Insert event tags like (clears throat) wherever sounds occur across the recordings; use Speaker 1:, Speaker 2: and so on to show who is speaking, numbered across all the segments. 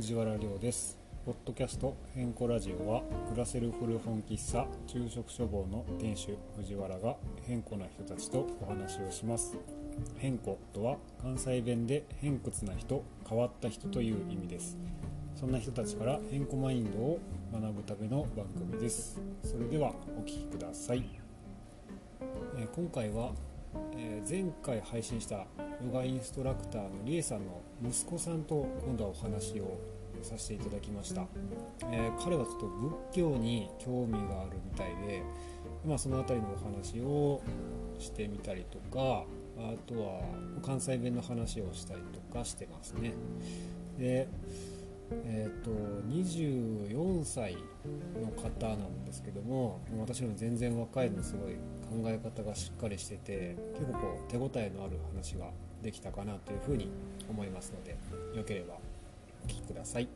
Speaker 1: 原亮ですポッドキャスト「変更ラジオは」グラセル古本喫茶昼食処方の店主藤原が変更な人たちとお話をします変更とは関西弁で偏屈な人変わった人という意味ですそんな人たちから変更マインドを学ぶための番組ですそれではお聴きくださいえー今回は、えー前回配信したヨガインストラクターのりえさんの息子さんと今度はお話をさせていただきました、えー彼はちょっと仏教に興味があるみたいで、まあ、その辺りのお話をしてみたりとかあとは関西弁の話をしたりとかしてますねでえー、と24歳の方なんですけども私よりも全然若いのですごい考え方がしっかりしてて結構こう手応えのある話ができたかなというふうに思いますのでよければお聞きください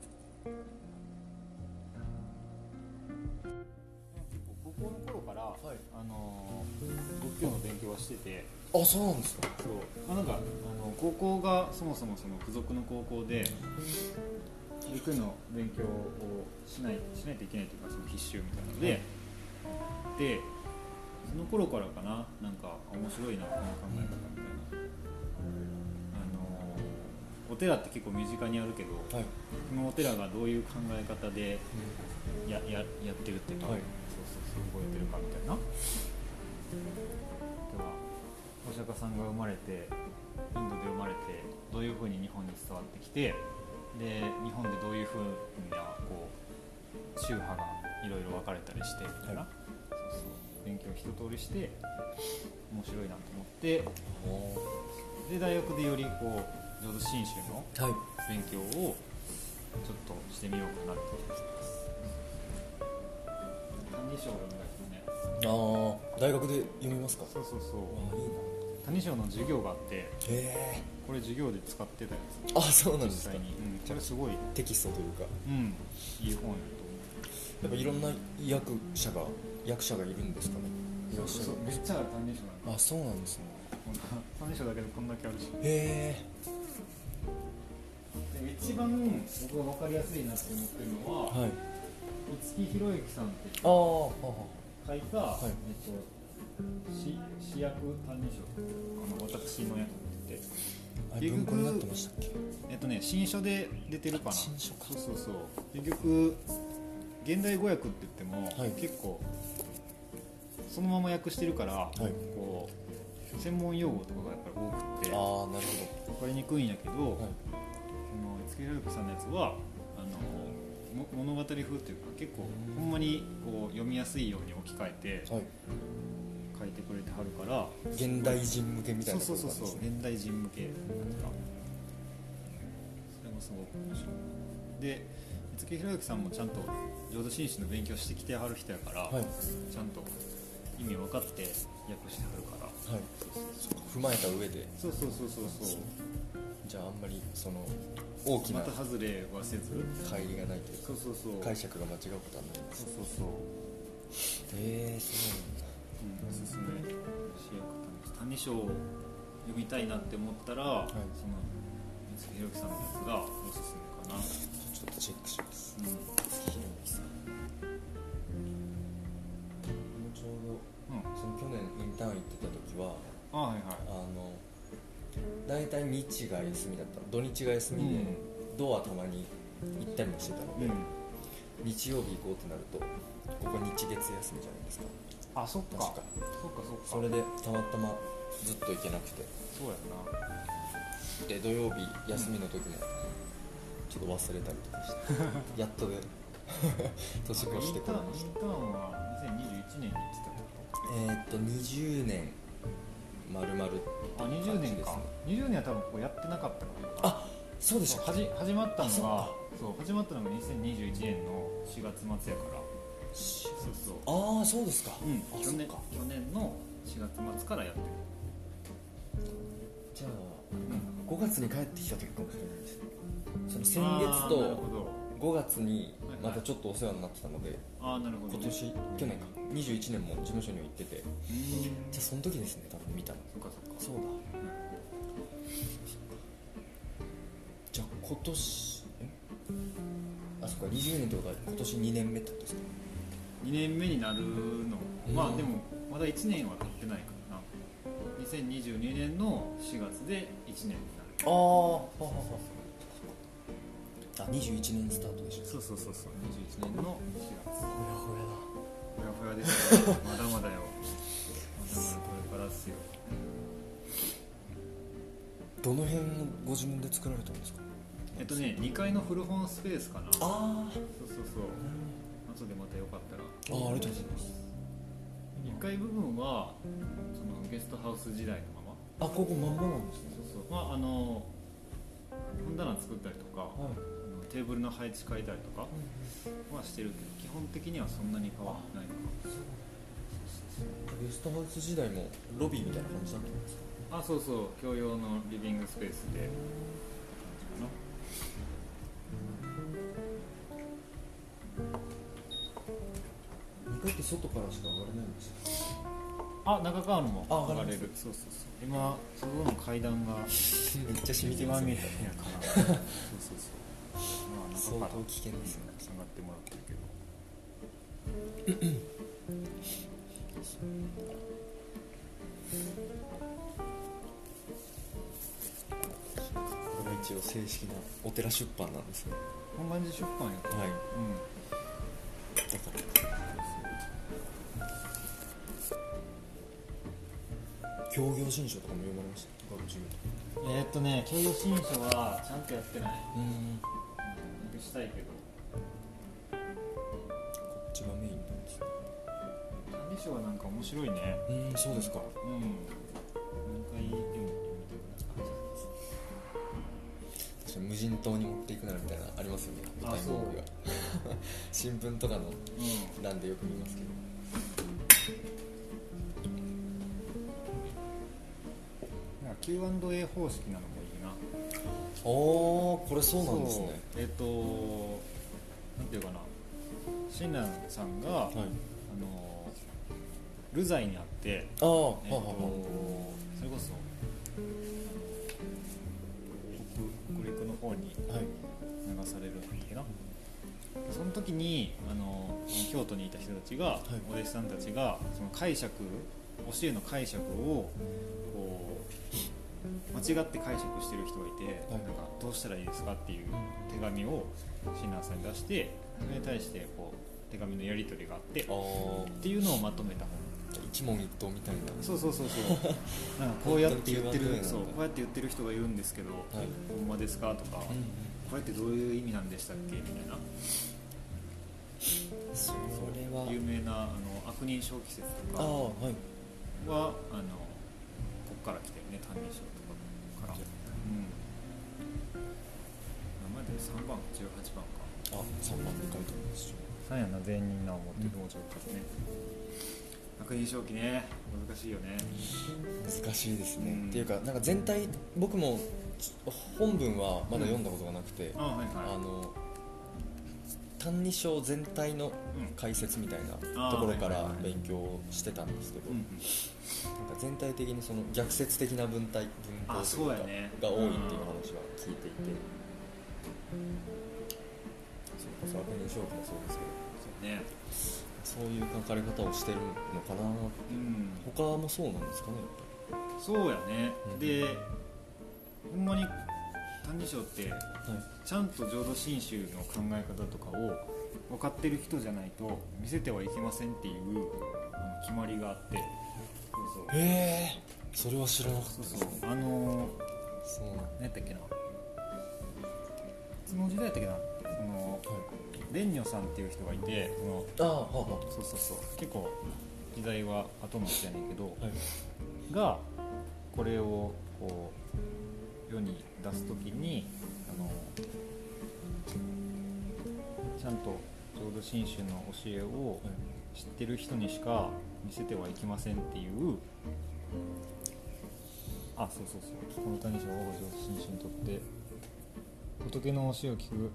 Speaker 2: 高校の頃から、あのー仏教の勉強はしてて
Speaker 3: あそうなんですか
Speaker 2: そう、まあ、なんかあの高校がそもそもその付属の高校で仏教の勉強をしないしないといけないというかその必修みたいなので、でその頃からかななんか面白いなこの考え方みたいな、あのーお寺って結構身近にあるけど、
Speaker 3: はい
Speaker 2: そのお寺がどういう考え方でやややってるっていうか、
Speaker 3: はい
Speaker 2: そうそうそう動いてるかみたいなではお釈迦さんが生まれてインドで生まれてどういうふうに日本に伝わってきてで日本でどういうふうなこう宗派がいろいろ分かれたりしてみたいな、
Speaker 3: は
Speaker 2: そうそう勉強一通りして面白いなと思ってで大学でよりこう浄土真宗の
Speaker 3: はい
Speaker 2: 勉強をちょっとしてみようかなと思ってます。谷章を読んだけどね。
Speaker 3: ああ大学で読みますか
Speaker 2: そうそうそ
Speaker 3: あーいいな
Speaker 2: う。谷章の授業があって、
Speaker 3: へ
Speaker 2: これ授業で使ってたやつ。
Speaker 3: えあそうなん
Speaker 2: 実
Speaker 3: ですか
Speaker 2: 際に、うん、これすごい、
Speaker 3: テキストというか
Speaker 2: うん、いい本や
Speaker 3: やっぱいろんな役者が役者がいるんですかねい
Speaker 2: と思
Speaker 3: ら
Speaker 2: う。
Speaker 3: っしゃる
Speaker 2: めっちゃある谷章なんだ。
Speaker 3: あそうなんですね
Speaker 2: こんな谷章だけでこんだけあるし。
Speaker 3: へえ
Speaker 2: で一番僕が分かりやすいなって思ってるのは、
Speaker 3: はい
Speaker 2: 五木ひろゆきさんって
Speaker 3: ああ
Speaker 2: 書いた、え
Speaker 3: い
Speaker 2: っと、し主役単二章あの私の役って
Speaker 3: あれ
Speaker 2: 結
Speaker 3: 文
Speaker 2: 局
Speaker 3: 庫になってましたっけ
Speaker 2: えっとね新書で出てるかな
Speaker 3: 新書か
Speaker 2: そうそうそう結局現代語訳って言っても、
Speaker 3: はい
Speaker 2: 結構そのまま訳してるから、
Speaker 3: い
Speaker 2: こう専門用語とかがやっぱり
Speaker 3: ああなる
Speaker 2: 多くて
Speaker 3: ほ
Speaker 2: 分かりにくいんやけど、
Speaker 3: どはい
Speaker 2: その五木ひろゆきさんのやつはあのも物語風というか結構ほんまにこう読みやすいように置き換えて
Speaker 3: はい
Speaker 2: 書いてくれてはるから
Speaker 3: 現代人向けみたいなこ
Speaker 2: そ
Speaker 3: と
Speaker 2: う
Speaker 3: なん
Speaker 2: そうそう
Speaker 3: です
Speaker 2: そう
Speaker 3: ね
Speaker 2: 現代人向けなんかそれもすごく面白いで五木ひろゆきさんもちゃんと浄土真宗の勉強してきてはる人やから、
Speaker 3: はいはい
Speaker 2: ちゃんと意味分かって訳してはるからそう
Speaker 3: そっか踏まえた上で
Speaker 2: そうそうそうそうそうそう
Speaker 3: じゃああんまりその大き
Speaker 2: ま
Speaker 3: な
Speaker 2: た外れはせず
Speaker 3: 乖離がないという
Speaker 2: そ
Speaker 3: か
Speaker 2: うそうそう
Speaker 3: 解釈が間違うことはないです
Speaker 2: そうそうそう、
Speaker 3: へえそ
Speaker 2: うん、おす
Speaker 3: うなんだ
Speaker 2: すめ主役谷章を読みたいなって思ったら、
Speaker 3: い
Speaker 2: その五木ひろゆきさんのやつがおすすめかな、
Speaker 3: ちょっとチェックします。
Speaker 2: うん
Speaker 3: ひろゆきさん。もうちょう
Speaker 2: うん、
Speaker 3: ど、その去年インターン行ってた時は、
Speaker 2: あはいはい
Speaker 3: あの。大体日が休みだったの土日が休みで、
Speaker 2: う
Speaker 3: ドアたまに行ったりもしてたので、
Speaker 2: うん、
Speaker 3: 日曜日行こうってなるとここ日月休みじゃないですか
Speaker 2: あそっか
Speaker 3: 確か
Speaker 2: そっかそっか
Speaker 3: それでたまたまずっと行けなくて
Speaker 2: そうやな
Speaker 3: で土曜日休みの時もちょっと忘れたりとかして
Speaker 2: (laughs)
Speaker 3: やっとで年越してこれま
Speaker 2: イ
Speaker 3: し
Speaker 2: ン
Speaker 3: た
Speaker 2: ターンインターンは2021年に行って
Speaker 3: えーっと20年まるまる
Speaker 2: たあ20年か
Speaker 3: 感
Speaker 2: 20年は多分ここやってなかったから
Speaker 3: あそうで
Speaker 2: そ
Speaker 3: した
Speaker 2: う
Speaker 3: か
Speaker 2: はじ始まったのが
Speaker 3: あそ
Speaker 2: そう
Speaker 3: か
Speaker 2: う始まったのが2021年の4月末やから
Speaker 3: し
Speaker 2: そうそう
Speaker 3: ああそうですか、
Speaker 2: うん
Speaker 3: あ
Speaker 2: 去
Speaker 3: そっ
Speaker 2: 年
Speaker 3: か
Speaker 2: 去年の4月末からやってる
Speaker 3: じゃあ
Speaker 2: うん
Speaker 3: 5月に帰ってきた時かもしれないですその先月
Speaker 2: あーなるほ
Speaker 3: と
Speaker 2: ど
Speaker 3: 5月に
Speaker 2: はいはい
Speaker 3: またちょっとお世話になってたので、
Speaker 2: あーなるほど
Speaker 3: 今年去年か21年も事務所には行ってて
Speaker 2: うーん
Speaker 3: じゃあその時ですね多分見たの
Speaker 2: そっかそっか
Speaker 3: そうだじゃあ今年えそっか20年ってことは今年2年目ってことですか
Speaker 2: 2年目になるの、
Speaker 3: うん
Speaker 2: まあでもまだ1年は経ってないからな2022年の4月で1年になる
Speaker 3: ああはははあ21年スタートでした
Speaker 2: そうそうそうそう21年の4月
Speaker 3: ほやほや
Speaker 2: ふやふやですよまだまだよまだまだこれからっすよ
Speaker 3: だどの辺のご自分で作られたんですか
Speaker 2: えっとね2階の古本スペースかなそう
Speaker 3: あー
Speaker 2: そうそう後でまたよかったら
Speaker 3: あーありがとうございます
Speaker 2: 1階部分はそのゲストハウス時代のまま
Speaker 3: あここまんまなんですね
Speaker 2: そうそうまああの本棚作ったりとか
Speaker 3: はい
Speaker 2: あのテーブルの配置変えたりとかはしてるけど基本的にはそんなに変わってないのか
Speaker 3: ゲストハウス時代もロビーみたいな感じだったんですか
Speaker 2: あそうそう共用のリビングスペースで
Speaker 3: 2階って外からしか上がれないんですよ
Speaker 2: あ中川のも
Speaker 3: あ上
Speaker 2: 上
Speaker 3: が
Speaker 2: が
Speaker 3: れ
Speaker 2: れ
Speaker 3: る
Speaker 2: るそうそうそう今そこの階段 (laughs) が
Speaker 3: めっちゃ染み
Speaker 2: 一
Speaker 3: てま
Speaker 2: 番
Speaker 3: す
Speaker 2: 見え
Speaker 3: ね
Speaker 2: ないからそうそうそうまあ中
Speaker 3: 相
Speaker 2: から
Speaker 3: 当危険ですよね
Speaker 2: 下がってもらってるけど
Speaker 3: これが一応正式なお寺出版なんですね
Speaker 2: 本願寺出版やった
Speaker 3: はい
Speaker 2: うん
Speaker 3: だから協業新書とかも読まれました学習
Speaker 2: えーっとね経営新書はちゃんとやってない
Speaker 3: うんこ
Speaker 2: うんしたいけど
Speaker 3: っちがメインなんですね
Speaker 2: 管理書はなんか面白いね
Speaker 3: うんそうですか
Speaker 2: うん何回でも読みたくなっ
Speaker 3: 確かに無人島に持っていくならみたいなのありますよね
Speaker 2: あ
Speaker 3: 舞台
Speaker 2: そう
Speaker 3: ボールが新聞とかの
Speaker 2: たうん
Speaker 3: 欄でよく見ますけど
Speaker 2: なんか Q&A 方式なのがいいな
Speaker 3: ああこれそうなんですね
Speaker 2: そうえっ、となんていうかな親鸞さんが、あ
Speaker 3: はい
Speaker 2: の流罪にあってえー
Speaker 3: ああ、
Speaker 2: と
Speaker 3: はあはあは
Speaker 2: それこそ北北陸の方に
Speaker 3: あはい
Speaker 2: 流されるんだっけなその時にあの京都にいた人たちが、お弟子さんたちがその解釈教えの解釈をこう間違って解釈してる人がいて、
Speaker 3: はい
Speaker 2: なんかどうしたらいいですかっていう手紙を親鸞さんに出してそれに対してこう手紙のやり取りがあってっ
Speaker 3: あー
Speaker 2: ていうのをまとめた本
Speaker 3: 一問一答みたいな
Speaker 2: そうそうそうそう (laughs) なんかこうやって言って
Speaker 3: 本当に Q&A な
Speaker 2: る
Speaker 3: んだ
Speaker 2: そうこうやって言ってる人がいるんですけど、
Speaker 3: はい
Speaker 2: ほんまですかとか、
Speaker 3: うん
Speaker 2: これってどういう意味なんでしたっけみたいな
Speaker 3: それは
Speaker 2: 有名なあの悪人小季節と
Speaker 3: あ
Speaker 2: かは
Speaker 3: あはい
Speaker 2: あのこっから来てるね「歎異抄」とかから、うん、名前で3番18番か
Speaker 3: あ三番で書いてあるんですよ
Speaker 2: 3やな全員な思ってるもちろんね悪人小季ね難しいよね
Speaker 3: 難しいですね、
Speaker 2: うん
Speaker 3: っていうかなんか全体僕もち本文はまだ読んだことがなくて、
Speaker 2: あはい
Speaker 3: あ
Speaker 2: は
Speaker 3: の「歎異抄」全体の
Speaker 2: いうん
Speaker 3: 解説みたいな
Speaker 2: あー
Speaker 3: ところか
Speaker 2: はい
Speaker 3: ら
Speaker 2: はいはい
Speaker 3: 勉強してたんですけど、
Speaker 2: うん
Speaker 3: なんか全体的にその逆説的な文体文
Speaker 2: あ
Speaker 3: 法と
Speaker 2: そう
Speaker 3: いう
Speaker 2: や
Speaker 3: か
Speaker 2: ね
Speaker 3: が多いっ
Speaker 2: うん
Speaker 3: ていう話は聞いていて、それこそ悪人将棋もそうですけ
Speaker 2: そうね
Speaker 3: どそういう書かれ方をしてるのかな
Speaker 2: うん
Speaker 3: 他もそうなんですかねやっ
Speaker 2: そうやね、
Speaker 3: うん
Speaker 2: でほんまに「歎異抄」って
Speaker 3: ぱり、はい、
Speaker 2: ちゃんと浄土真宗の考え方とかを分かってる人じゃないと見せてはいけませんっていうあの決まりがあってそう
Speaker 3: へえそれは知らなかった
Speaker 2: そう
Speaker 3: です
Speaker 2: そう
Speaker 3: ね
Speaker 2: そうあのー
Speaker 3: そうなんだ
Speaker 2: 何やったっけないつの時代やったっけなその蓮如さんっていう人がいてその
Speaker 3: ああはあは
Speaker 2: そうそうそう結構時代は後の人やねんけど
Speaker 3: あはい
Speaker 2: がこれをこう世に出す時にあのちゃんと浄土真宗の教えを知ってる人にしか見せてはいけませんっていうあそうそうそうこの谷氏は浄土真宗にとって仏の教えを聞く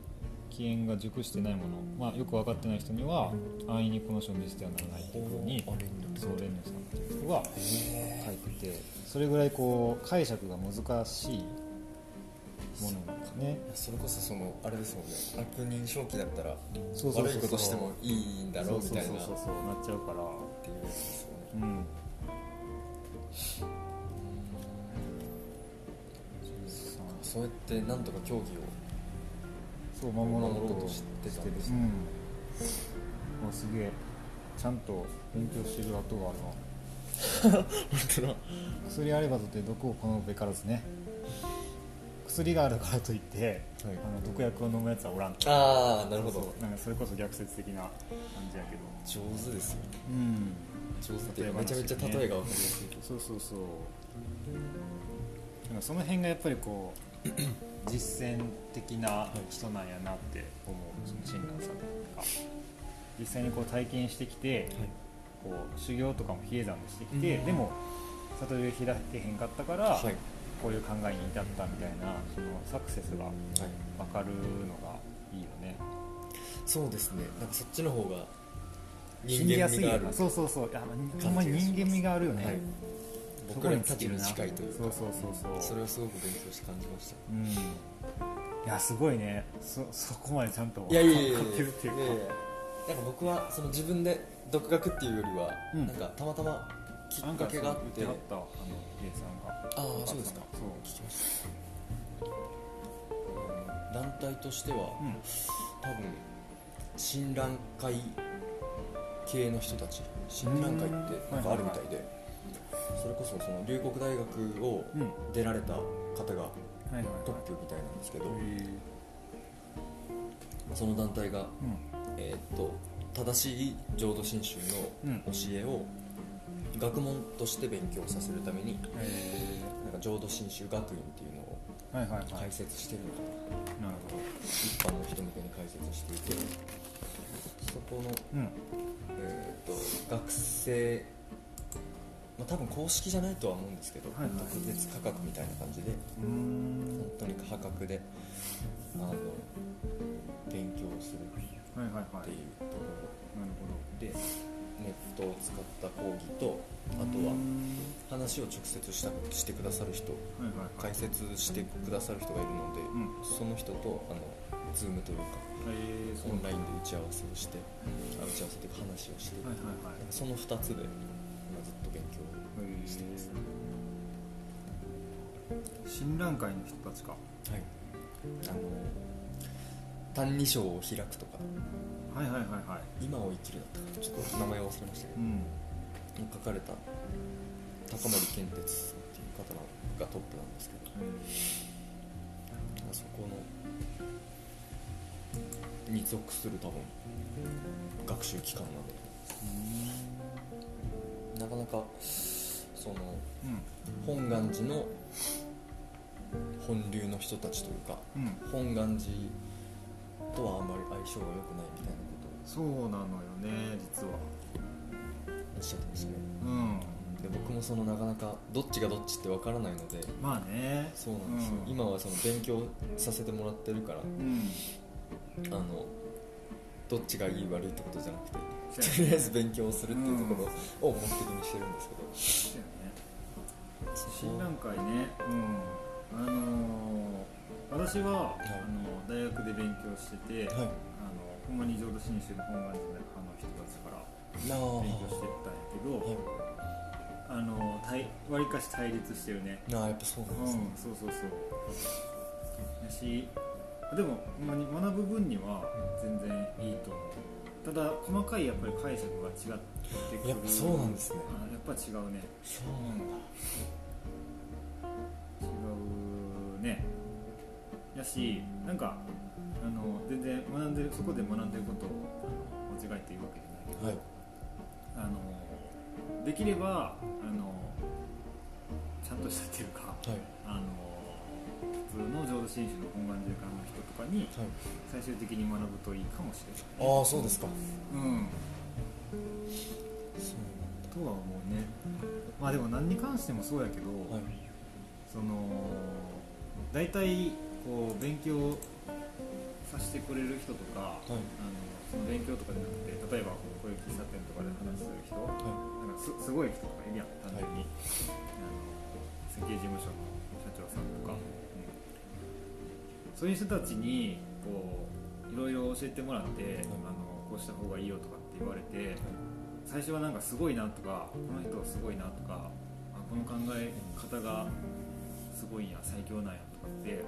Speaker 2: 起源が熟してないもの、まあ、よく分かってない人には安易にこの書を見せてはならないっていうふうに
Speaker 3: あれ
Speaker 2: そう蓮如さんっていう人が書いててそれぐらいこう解釈が難しいものなんですね
Speaker 3: それこそそのあれですもんね悪人正気だったら
Speaker 2: そうそうそうそう
Speaker 3: 悪いことしてもいいんだろうみたいなっ
Speaker 2: そうそうそうそうなっちゃうから
Speaker 3: ていうやつですよね
Speaker 2: うん
Speaker 3: そうやってなんとか競技を
Speaker 2: そう守ろ
Speaker 3: 守ろう
Speaker 2: う
Speaker 3: と
Speaker 2: と
Speaker 3: し
Speaker 2: してて
Speaker 3: た
Speaker 2: た
Speaker 3: ん
Speaker 2: ん
Speaker 3: で
Speaker 2: ですす、
Speaker 3: ね
Speaker 2: うん、あすげえちゃんと勉強してる跡があるな
Speaker 3: 本当だ
Speaker 2: 薬あればとて毒を好むべからずね薬があるからといって、
Speaker 3: はい
Speaker 2: あの毒薬を飲むやつはおらんと
Speaker 3: ああなるほど
Speaker 2: そうなんかそれこそ逆説的な感じやけど
Speaker 3: 上手ですよね
Speaker 2: うん
Speaker 3: 上手っていうかめちゃめちゃ例えが分かりやすい
Speaker 2: そうそうそうなんかその辺がやっぱりこ (clears throat) う実践的な人なんやなって思うその親鸞さんが実際にこう体験してきて、こう修行とかも比叡山もしてきて、
Speaker 3: うん
Speaker 2: でも悟りを開けへんかったから、
Speaker 3: はいはい
Speaker 2: こういう考えに至ったみたいなそのサクセスが分かるのがいいよね
Speaker 3: そうですねなんかそっちの方が人
Speaker 2: 信じ
Speaker 3: 間
Speaker 2: やす
Speaker 3: 味
Speaker 2: いよ
Speaker 3: があ
Speaker 2: な
Speaker 3: る
Speaker 2: そうそうそうあほんまに人間味があるよね、
Speaker 3: はい
Speaker 2: そ
Speaker 3: 僕
Speaker 2: こ
Speaker 3: ら
Speaker 2: に
Speaker 3: に
Speaker 2: 尽き
Speaker 3: 立
Speaker 2: る
Speaker 3: に
Speaker 2: な
Speaker 3: 近いというか
Speaker 2: そうそうそうそう
Speaker 3: それをすごく勉強して感じました
Speaker 2: うんいやすごいねそそこまでちゃんと
Speaker 3: いやいやいやいや
Speaker 2: 分かってるっていうか
Speaker 3: いやいやなんか僕はその自分で独学っていうよりは、
Speaker 2: うん
Speaker 3: なんかたまたまきっかけがあって
Speaker 2: なんかそう言ってはったあのヒデさんが
Speaker 3: ああそうですか
Speaker 2: そう
Speaker 3: 聞きました団体としては、
Speaker 2: うん
Speaker 3: 多分新覧会系の人たち新覧会ってなんかあるみたいで、それこそその龍谷大学を
Speaker 2: うん
Speaker 3: 出られた方が
Speaker 2: はいはい
Speaker 3: トッ
Speaker 2: は
Speaker 3: プみたいなんですけど、
Speaker 2: いへえ
Speaker 3: その団体が
Speaker 2: うん
Speaker 3: えーっと正しい浄土真宗
Speaker 2: うん
Speaker 3: の教えを学問として勉強させるために
Speaker 2: へ
Speaker 3: なんか浄土真宗学院っていうのを
Speaker 2: えはいはいはい
Speaker 3: 開設してるのかな
Speaker 2: なるほ
Speaker 3: 一般の人向けに開設していてそこの、
Speaker 2: どうん
Speaker 3: えーっと学生、まあ、多分公式じゃないとは思うんですけど、
Speaker 2: はいはい
Speaker 3: 特別価格みたいな感じで
Speaker 2: うーん
Speaker 3: 本当に破格であの勉強するっ
Speaker 2: はいはいはいな
Speaker 3: て
Speaker 2: る
Speaker 3: いうところ
Speaker 2: ほ
Speaker 3: でネットを使った講義とあ
Speaker 2: ど
Speaker 3: とは
Speaker 2: うん
Speaker 3: 話を直接したしてくださる人
Speaker 2: はいはいはい
Speaker 3: 解説してくださる人がいるので、
Speaker 2: うん
Speaker 3: その人とあの Zoom というか
Speaker 2: へえそう
Speaker 3: オン
Speaker 2: は
Speaker 3: ラインで打ち合わせをしてあ打ち合わせというか話をし
Speaker 2: い
Speaker 3: て、
Speaker 2: はいはい
Speaker 3: その2つで今ずっと勉強
Speaker 2: へえ
Speaker 3: してます
Speaker 2: 新覧会の人たちか
Speaker 3: はいあの「歎異抄を開く」とか
Speaker 2: はいはいはいはい
Speaker 3: 「今を生きる」だったかなちょっと名前忘れましたけ
Speaker 2: う
Speaker 3: ど、
Speaker 2: ん
Speaker 3: 書かれた高森健哲さんっていう方がトップなんですけどあそこのに属する多分学習機関なんでなかなかその
Speaker 2: う
Speaker 3: 本願寺の本流の人たちというか
Speaker 2: んうん
Speaker 3: 本願寺とはあんまり相性が良くないみたいなこと
Speaker 2: そ
Speaker 3: を
Speaker 2: うなのよね実は
Speaker 3: おっしゃってましたね
Speaker 2: うん
Speaker 3: で僕もそのなかなかどっちがどっちってわからないので
Speaker 2: まあね
Speaker 3: そうなんですよ、
Speaker 2: うん
Speaker 3: 今はその勉強させてもらってるから
Speaker 2: うん
Speaker 3: あのどっちがいい悪いってことじゃなくて
Speaker 2: そうや
Speaker 3: とりあえず勉強をするっていうところを目的にしてるんですけど、
Speaker 2: そうやね新覧
Speaker 3: そこ
Speaker 2: 会ねうんあのー私は、
Speaker 3: い
Speaker 2: あの大学で勉強してて、あ
Speaker 3: はい
Speaker 2: のほんまに浄土真宗の本願寺の派の人たちから
Speaker 3: なあ
Speaker 2: 勉強してったんやけど、あ
Speaker 3: はい
Speaker 2: の対わりかし対立してるね
Speaker 3: なあやっぱそうなん
Speaker 2: うん
Speaker 3: ですね、
Speaker 2: そうそうそうだしでもほんまに学ぶ分には全然いいと思うただ細かいやっぱり解釈が違ってくる
Speaker 3: やっぱそうなんですね
Speaker 2: あやっぱ違うね
Speaker 3: そうなんだ
Speaker 2: 違うねやしなんかあの全然学んでるそこで学んでることをあの間違えて言うわけじゃないけど
Speaker 3: はい
Speaker 2: あのできればあのちゃんとしたっていうか
Speaker 3: はい
Speaker 2: あの普通の浄土真宗の本願寺からの人とかに
Speaker 3: は
Speaker 2: 最終的に学ぶといいかもしれない
Speaker 3: いああそうですか
Speaker 2: うん
Speaker 3: そう
Speaker 2: とは思うねまあでも何に関してもそうやけど、
Speaker 3: なんだはい
Speaker 2: その大体こう勉強させてくれる人とか、あのその勉強とかじゃなくて例えばこうこういう喫茶店とかで話する人
Speaker 3: はいは
Speaker 2: なんかすすごい人とかいるやん単純に、
Speaker 3: はい
Speaker 2: あの設計事務所の社長さんとか、うんそういう人たちにこういろいろ教えてもらって、あのこうした方がいいよとかって言われて、最初はなんかすごいなとかこの人はすごいなとかあこの考え方がすごいんや最強なんやとかって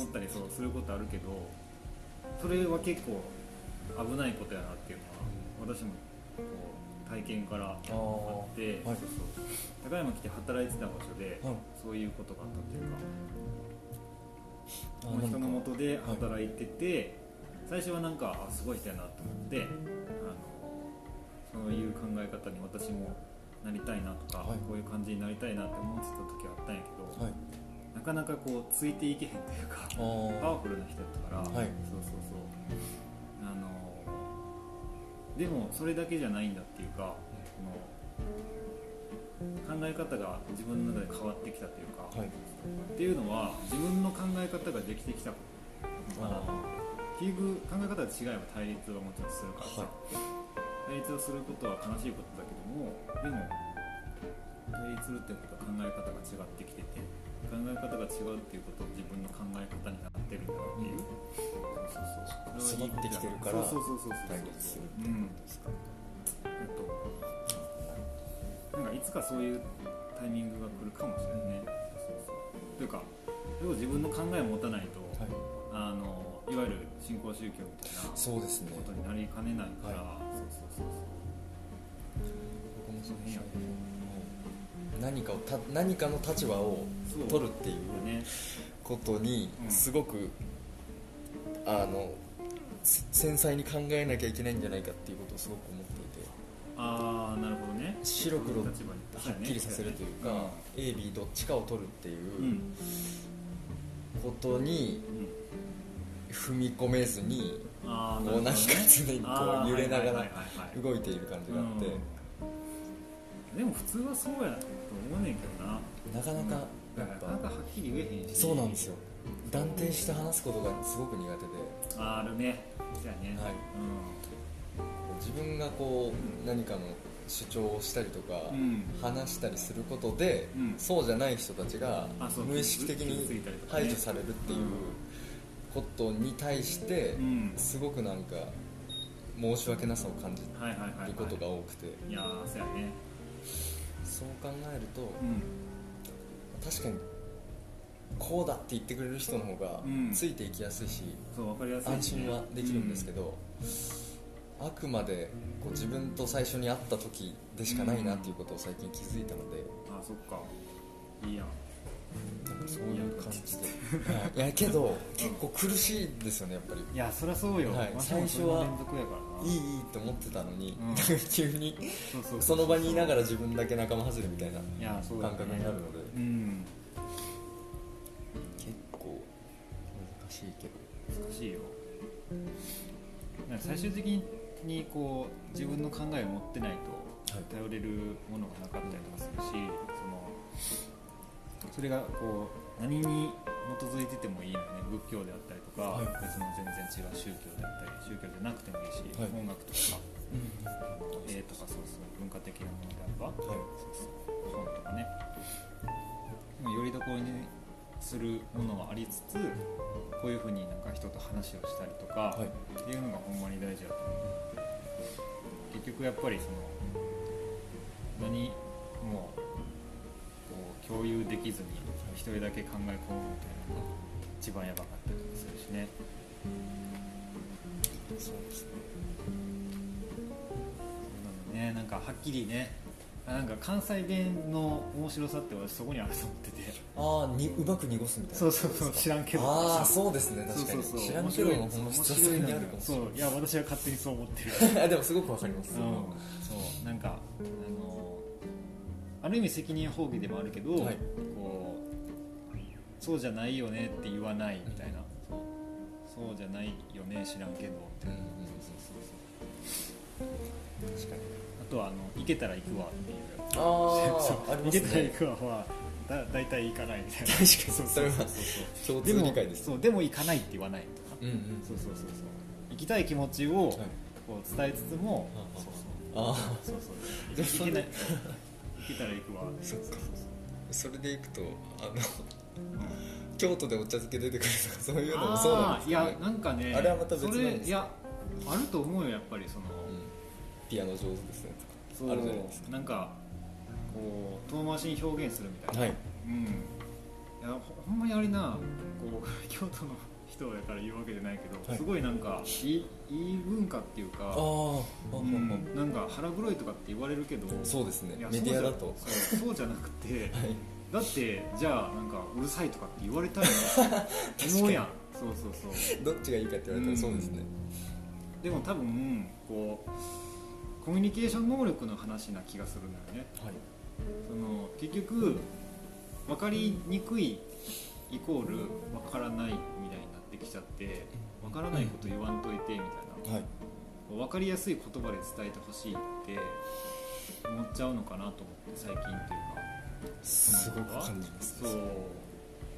Speaker 2: 思ったりそうすることあるけどそれは結構危ないことやなっていうのは私もこう体験からあって
Speaker 3: あーはい
Speaker 2: そうそう高山来て働いてた場所で、
Speaker 3: はい
Speaker 2: そういうことがあったというか。
Speaker 3: あ
Speaker 2: この人のもとで
Speaker 3: はい
Speaker 2: 働いてて、最初はなんかあすごい人やなと思ってあのそういう考え方に私もなりたいなとか、
Speaker 3: はい
Speaker 2: こういう感じになりたいなって思ってた時はあったんやけど、
Speaker 3: はい
Speaker 2: なかなかこうついていけへんというか
Speaker 3: あ
Speaker 2: パ
Speaker 3: ー
Speaker 2: ワフルな人やったから、
Speaker 3: はい
Speaker 2: そうそうそうあのでもそれだけじゃないんだっていうか、この考え方が自分の中で変わってきたというか、
Speaker 3: はい
Speaker 2: っていうのは自分の考え方ができてきたのかな
Speaker 3: あ
Speaker 2: 結局考え方が違えば対立はもちろんするからさ、
Speaker 3: は
Speaker 2: 対立をすることは悲しいことだけどもでも対立するってことは考え方が違ってきてて考え方が違うっていうことを自分の考え方になってるんだっていう、そうそうそうそれはいいことだ
Speaker 3: 育ってきてるから
Speaker 2: そうそうそうそうそううんあと
Speaker 3: 対立するってことですか、
Speaker 2: なんかいつかそういうタイミングが来るかもしれないね、そうそうというか要は自分の考えを持たないと、
Speaker 3: はい
Speaker 2: あのいわゆる新興宗教みたいなこ
Speaker 3: そうですね
Speaker 2: とになりかねないから、そうそうそう
Speaker 3: 僕もそうですね何かをた何かの立場を
Speaker 2: そうそう
Speaker 3: 取るっていう
Speaker 2: ね
Speaker 3: ことに
Speaker 2: うん
Speaker 3: すごく、あのせ繊細に考えなきゃいけないんじゃないかっていうことをすごく思っていて
Speaker 2: ああなるほどね
Speaker 3: 白黒
Speaker 2: 立場に
Speaker 3: はっきりさせるというか、AB どっちかを取るって
Speaker 2: うん、う
Speaker 3: いうんことに踏み込めずに
Speaker 2: ああ
Speaker 3: こうなんか常にこう揺れながら
Speaker 2: 動
Speaker 3: 動いている感じがあって、
Speaker 2: でも普通はそうやと思うねんけどな
Speaker 3: なかなかや
Speaker 2: だ
Speaker 3: っ
Speaker 2: か
Speaker 3: ぱ、
Speaker 2: らなんかはっきり言えへんし
Speaker 3: そうなんですよ断定して話すことがすごく苦手で
Speaker 2: あーあるねそうやね
Speaker 3: はい自分がこう何かの主張をしたりとか、
Speaker 2: うん、うん
Speaker 3: 話したりすることで、
Speaker 2: うん
Speaker 3: そうじゃない人たちが
Speaker 2: あそう
Speaker 3: 無意識的
Speaker 2: 傷つい
Speaker 3: に
Speaker 2: たりとかね
Speaker 3: 排除されるっていうことに対して
Speaker 2: うん
Speaker 3: すごくなんか申し訳なさを感じ
Speaker 2: はいはいはい、はい、
Speaker 3: ることが多くて
Speaker 2: いやーそうやね
Speaker 3: そう考えると
Speaker 2: うん
Speaker 3: 確かにこうだって言ってくれる人の方が
Speaker 2: うん
Speaker 3: ついていきやすいし
Speaker 2: そう分かりやすい
Speaker 3: 安
Speaker 2: しね、
Speaker 3: 心はできるんですけどあくまでこう自分と最初に会った時でしかないなっていうことを最近気づいたので。
Speaker 2: うん、あそっかいいやん
Speaker 3: なんかそういう感じでいやけど結構苦しいですよねやっぱり
Speaker 2: いやそりゃそうよ、
Speaker 3: はい
Speaker 2: まあでも
Speaker 3: 最初は
Speaker 2: それの連続やからない
Speaker 3: いいいと思ってたのに、
Speaker 2: うん
Speaker 3: 急に
Speaker 2: そうそう
Speaker 3: その場にいながら自分だけ仲間外れみたいない
Speaker 2: やそうだね
Speaker 3: 感覚になるので
Speaker 2: うん
Speaker 3: 結構難しいけど
Speaker 2: 難しいよなんか最終的にこう自分の考えを持ってない
Speaker 3: はい
Speaker 2: と頼れるものがなかったりとかするしそのそれがこう何に基づいててもいいのよね仏教であったりとか、
Speaker 3: はい
Speaker 2: 別の全然違う宗教であったり宗教じゃなくてもいいし、
Speaker 3: はい
Speaker 2: 音楽とか絵とかそうそう文化的なものであれば
Speaker 3: はい
Speaker 2: そうそう本とかねまあよりどころにするものはありつつこういうふうになんか人と話をしたりとか、
Speaker 3: はい
Speaker 2: っていうのがほんまに大事だと思う結局やっぱりその何もうこう共有できずに一人だけ考え込むみたいなのが一番やばかったりもするしね
Speaker 3: そうですね
Speaker 2: そうなのねなんかはっきりねなんか関西弁の面白さって私そこにあると思ってて
Speaker 3: ああにうまく濁すみたいな
Speaker 2: そうそうそう知らんけど
Speaker 3: ああそうですね
Speaker 2: そう
Speaker 3: 確
Speaker 2: そ
Speaker 3: か
Speaker 2: う
Speaker 3: に
Speaker 2: そう
Speaker 3: 知らん
Speaker 2: 面
Speaker 3: け
Speaker 2: 白
Speaker 3: ど
Speaker 2: い
Speaker 3: もほんの必要にあるかもしれ
Speaker 2: そういや私は勝手にそう思
Speaker 3: (laughs)
Speaker 2: ってる
Speaker 3: ないでもすごくわかります、
Speaker 2: うんそうなんかあのある意味責任放棄でもあるけど、
Speaker 3: はい
Speaker 2: こうそうじゃないよねって言わないみたいな、そうそうじゃないよね知らんけどみたいな、
Speaker 3: うんうんうん
Speaker 2: そうそうそう
Speaker 3: 確
Speaker 2: そう
Speaker 3: かに
Speaker 2: あとはあの「行けたら行くわ」っていうやつ
Speaker 3: あああり
Speaker 2: 行
Speaker 3: ま
Speaker 2: け
Speaker 3: す
Speaker 2: たら行
Speaker 3: ね
Speaker 2: くわはだ大体行かないみたいな
Speaker 3: 確かにそれは共
Speaker 2: で
Speaker 3: 通
Speaker 2: も
Speaker 3: 理解です
Speaker 2: そうでも行かないって言わないとか、
Speaker 3: うんうん
Speaker 2: そうそうそうそう行きたい気持ちを
Speaker 3: はい
Speaker 2: こう伝えつつも、
Speaker 3: ああ
Speaker 2: そう
Speaker 3: ああ
Speaker 2: そうそう
Speaker 3: じゃ
Speaker 2: そう行け
Speaker 3: あ
Speaker 2: ない行けたら行くわ
Speaker 3: そっかそれでいくとあの京都でお茶漬け出てくるとかそういうのもそうなん
Speaker 2: あ
Speaker 3: です
Speaker 2: ーい
Speaker 3: か
Speaker 2: や
Speaker 3: ね
Speaker 2: なんかね
Speaker 3: あれはまた別なんです
Speaker 2: それいやあると思うよやっぱりその、
Speaker 3: うんピアノ上手ですねと
Speaker 2: そう
Speaker 3: かあるじゃないです
Speaker 2: なんかこう遠回しに表現するみたい
Speaker 3: か
Speaker 2: な、
Speaker 3: はい
Speaker 2: うんいやほほんまにあれなこう (laughs) 京都の人やから言うわけじゃないけど、
Speaker 3: はい
Speaker 2: すごいなんかいいいい文化っていう
Speaker 3: あ
Speaker 2: か
Speaker 3: あ、
Speaker 2: う、
Speaker 3: うん
Speaker 2: なんか腹黒いとかって言われるけど
Speaker 3: そうですね
Speaker 2: いや
Speaker 3: メディアだとは
Speaker 2: そうそうじゃなくて
Speaker 3: い (laughs)
Speaker 2: だってじゃあなんかうるさいとかって言われたら思うやんそうそうそう
Speaker 3: どっちがいいかって言われたらそうですね
Speaker 2: でも多分こうコミュニケーション能力の話な気がするんだよね
Speaker 3: はい
Speaker 2: その結局分かりにくいイコール分からないみたいになってきちゃって分からないこと言わんといてみたい
Speaker 3: はい
Speaker 2: な分かりやすい言葉で伝えてほしいって思っちゃうのかなと思って最近っていうか
Speaker 3: すごく感じます
Speaker 2: そう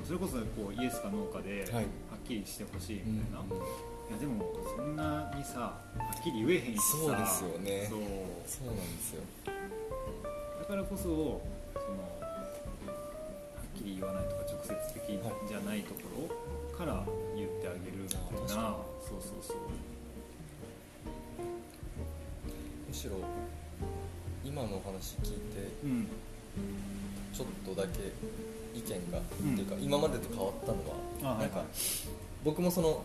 Speaker 2: それこそこうイエスかノーかで
Speaker 3: は
Speaker 2: はいっきりしてほしい
Speaker 3: うん
Speaker 2: みたいな、いやでもそんなにさはっきり言えへんしさ
Speaker 3: そうですよね
Speaker 2: そう
Speaker 3: そうなんですよ
Speaker 2: だからこそそのはっきり言わないとか直接的じゃないところから言ってあげるみた
Speaker 3: あ確
Speaker 2: いな、
Speaker 3: か
Speaker 2: そうそうそう
Speaker 3: むしろ今のお話聞いて
Speaker 2: うん
Speaker 3: ちょっとだけ意見が、
Speaker 2: うん
Speaker 3: っていうか今までと変わったの
Speaker 2: あ
Speaker 3: は
Speaker 2: はい
Speaker 3: なんか、僕もその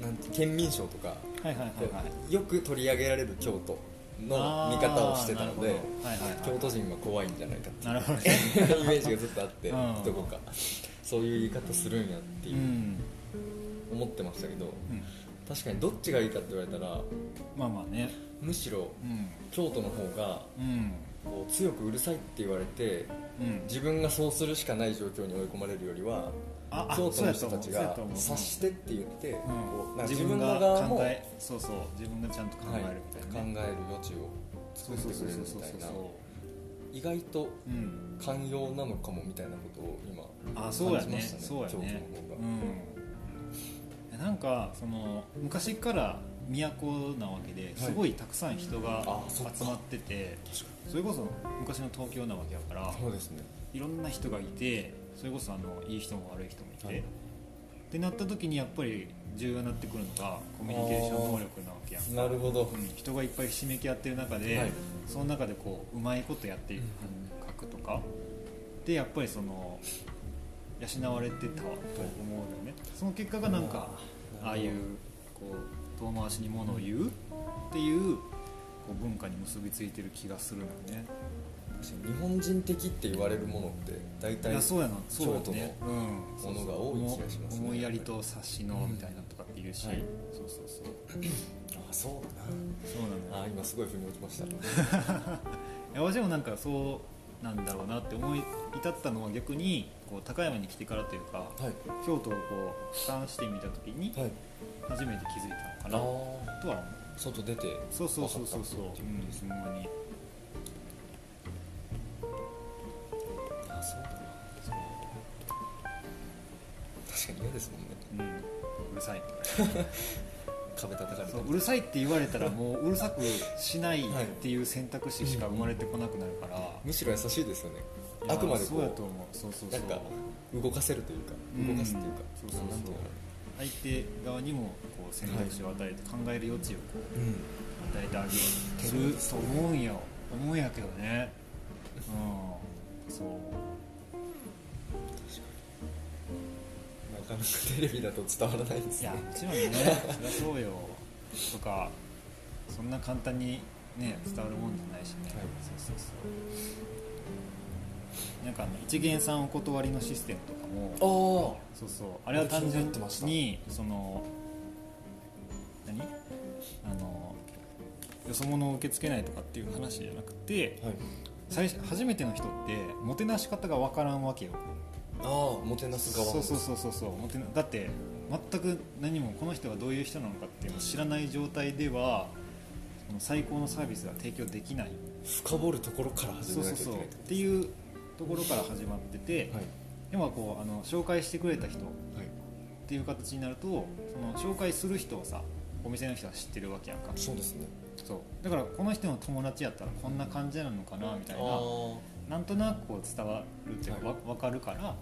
Speaker 3: なんて県民賞とか、
Speaker 2: はいはいはいはい
Speaker 3: よく取り上げられる京都の見方をしてた
Speaker 2: あーなる
Speaker 3: ので
Speaker 2: ほどはいはいはい
Speaker 3: 京都人は怖いんじゃないかって
Speaker 2: なるほど
Speaker 3: いう (laughs) イメージがずっとあって、
Speaker 2: うん
Speaker 3: どこかそういう言い方するんやって
Speaker 2: う、
Speaker 3: いうん思ってましたけど
Speaker 2: うん、
Speaker 3: 確かにどっちがいいかって言われたら
Speaker 2: まあまあね
Speaker 3: むしろ
Speaker 2: うん
Speaker 3: 京都の方が
Speaker 2: うん
Speaker 3: こう強くうるさいって言われて
Speaker 2: うん
Speaker 3: 自分がそうするしかない状況に追い込まれるよりは
Speaker 2: ああ
Speaker 3: 京
Speaker 2: そ
Speaker 3: 都
Speaker 2: う
Speaker 3: の
Speaker 2: やと
Speaker 3: 人
Speaker 2: 思
Speaker 3: た
Speaker 2: う
Speaker 3: ち
Speaker 2: そうや
Speaker 3: が
Speaker 2: と思う
Speaker 3: 察してって言って、こう
Speaker 2: うん、
Speaker 3: なんか
Speaker 2: 自
Speaker 3: 自
Speaker 2: 分
Speaker 3: 分の
Speaker 2: が
Speaker 3: 側も
Speaker 2: 考
Speaker 3: 考え
Speaker 2: えそうそう自分がちゃんと考えるみたいな、ね
Speaker 3: 考える余地を
Speaker 2: そ
Speaker 3: 作
Speaker 2: う
Speaker 3: っ
Speaker 2: そう
Speaker 3: て
Speaker 2: そ
Speaker 3: く
Speaker 2: う
Speaker 3: れる
Speaker 2: そう
Speaker 3: み
Speaker 2: そう
Speaker 3: たいな
Speaker 2: そ
Speaker 3: 意外と
Speaker 2: ううん
Speaker 3: 寛容なのかもみたいなことを今
Speaker 2: あそうや
Speaker 3: 感じま
Speaker 2: ね
Speaker 3: したね
Speaker 2: そうやね
Speaker 3: 京都の方が
Speaker 2: うんなんかその昔から都なわけですごいたくさん人が
Speaker 3: あそっか
Speaker 2: 集まってて、それこそ昔の東京なわけやから
Speaker 3: そうですね
Speaker 2: いろんな人がいてそれこそあのいい人も悪い人もいて、
Speaker 3: はい
Speaker 2: ってなった時にやっぱり重要になってくるのがコミュニケーション能力なわけやん
Speaker 3: なるほど、
Speaker 2: うん人がいっぱいひしめき合ってる中で、
Speaker 3: はい
Speaker 2: その中でこううまいことやっていく感覚とか、でやっぱりその養われてたと思うのよねその結果がなんか
Speaker 3: うん
Speaker 2: ああいうこう遠回しにものを言うっていうこう文化に結びついてる気がするのよね
Speaker 3: 確かに日本人的って言われるものって大
Speaker 2: い
Speaker 3: 体
Speaker 2: やそうやなそうや
Speaker 3: 京都の
Speaker 2: ねうん
Speaker 3: ものが多い気がしますね
Speaker 2: 思思いやりと察しのみたいなのとかって言うし、
Speaker 3: はい
Speaker 2: そうそうそう
Speaker 3: あそうだ
Speaker 2: そうなのよ
Speaker 3: なあ今すごい腑に落ちました
Speaker 2: いや私もなんかそうなんだろうなって思い至ったのは逆にこう高山に来てからというか
Speaker 3: はい
Speaker 2: 京都をこう俯瞰してみた時に
Speaker 3: はい
Speaker 2: 初めて気づいた
Speaker 3: あ
Speaker 2: のか
Speaker 3: ー
Speaker 2: なとは思う
Speaker 3: 外出て
Speaker 2: そうそうそうそうそう
Speaker 3: わかった
Speaker 2: うんほんまに
Speaker 3: あそうだな確かに嫌ですもんね
Speaker 2: うんうるさい
Speaker 3: 壁叩かれて
Speaker 2: そううるさいって言われたらもううるさくしないっていう選択肢しか生まれてこなくなるから、
Speaker 3: むしろ優しいですよね
Speaker 2: いや
Speaker 3: あくまで
Speaker 2: そうやと
Speaker 3: こ
Speaker 2: 思うそうそう
Speaker 3: う
Speaker 2: そ
Speaker 3: なん
Speaker 2: う
Speaker 3: か動かせるというか
Speaker 2: うん
Speaker 3: 動かすというか
Speaker 2: そうそうそう
Speaker 3: なんていのか
Speaker 2: 相手側にもこう選択肢を与えて考える余地をこう
Speaker 3: な
Speaker 2: 与えてあげると思うんよ思うんやけどねうんそう
Speaker 3: なかなかテレビだと伝わらないです
Speaker 2: いや
Speaker 3: ね
Speaker 2: もちろんねそりゃそうよとかそんな簡単にね伝わるもんじゃないしね、
Speaker 3: はい
Speaker 2: そうそうそうなんかあの一元さんお断りのシステムとかも
Speaker 3: あー
Speaker 2: そうそうあれは単純にその何あのよそ者を受け付けないとかっていう話じゃなくて
Speaker 3: はい
Speaker 2: 最初初めての人ってもてなし方が分からんわけよ
Speaker 3: あーもてなす側
Speaker 2: そうそうそうそうそうもてなだって全く何もこの人がどういう人なのかっていうのを知らない状態ではその最高のサービスが提供できない
Speaker 3: 深掘るところから始
Speaker 2: そうそう
Speaker 3: めなきゃい
Speaker 2: そ
Speaker 3: け
Speaker 2: うっ
Speaker 3: ない
Speaker 2: ていうところから始まってて、
Speaker 3: はい
Speaker 2: 今こうあの紹介してくれた人っ
Speaker 3: はい
Speaker 2: ていう形になるとその紹介する人をさお店の人は知ってるわけやんか
Speaker 3: そうですね
Speaker 2: そうだからこの人の友達やったらこんな感じなのかなみたいな
Speaker 3: あー
Speaker 2: なんとなくこう伝わるっていうか、わ分かるから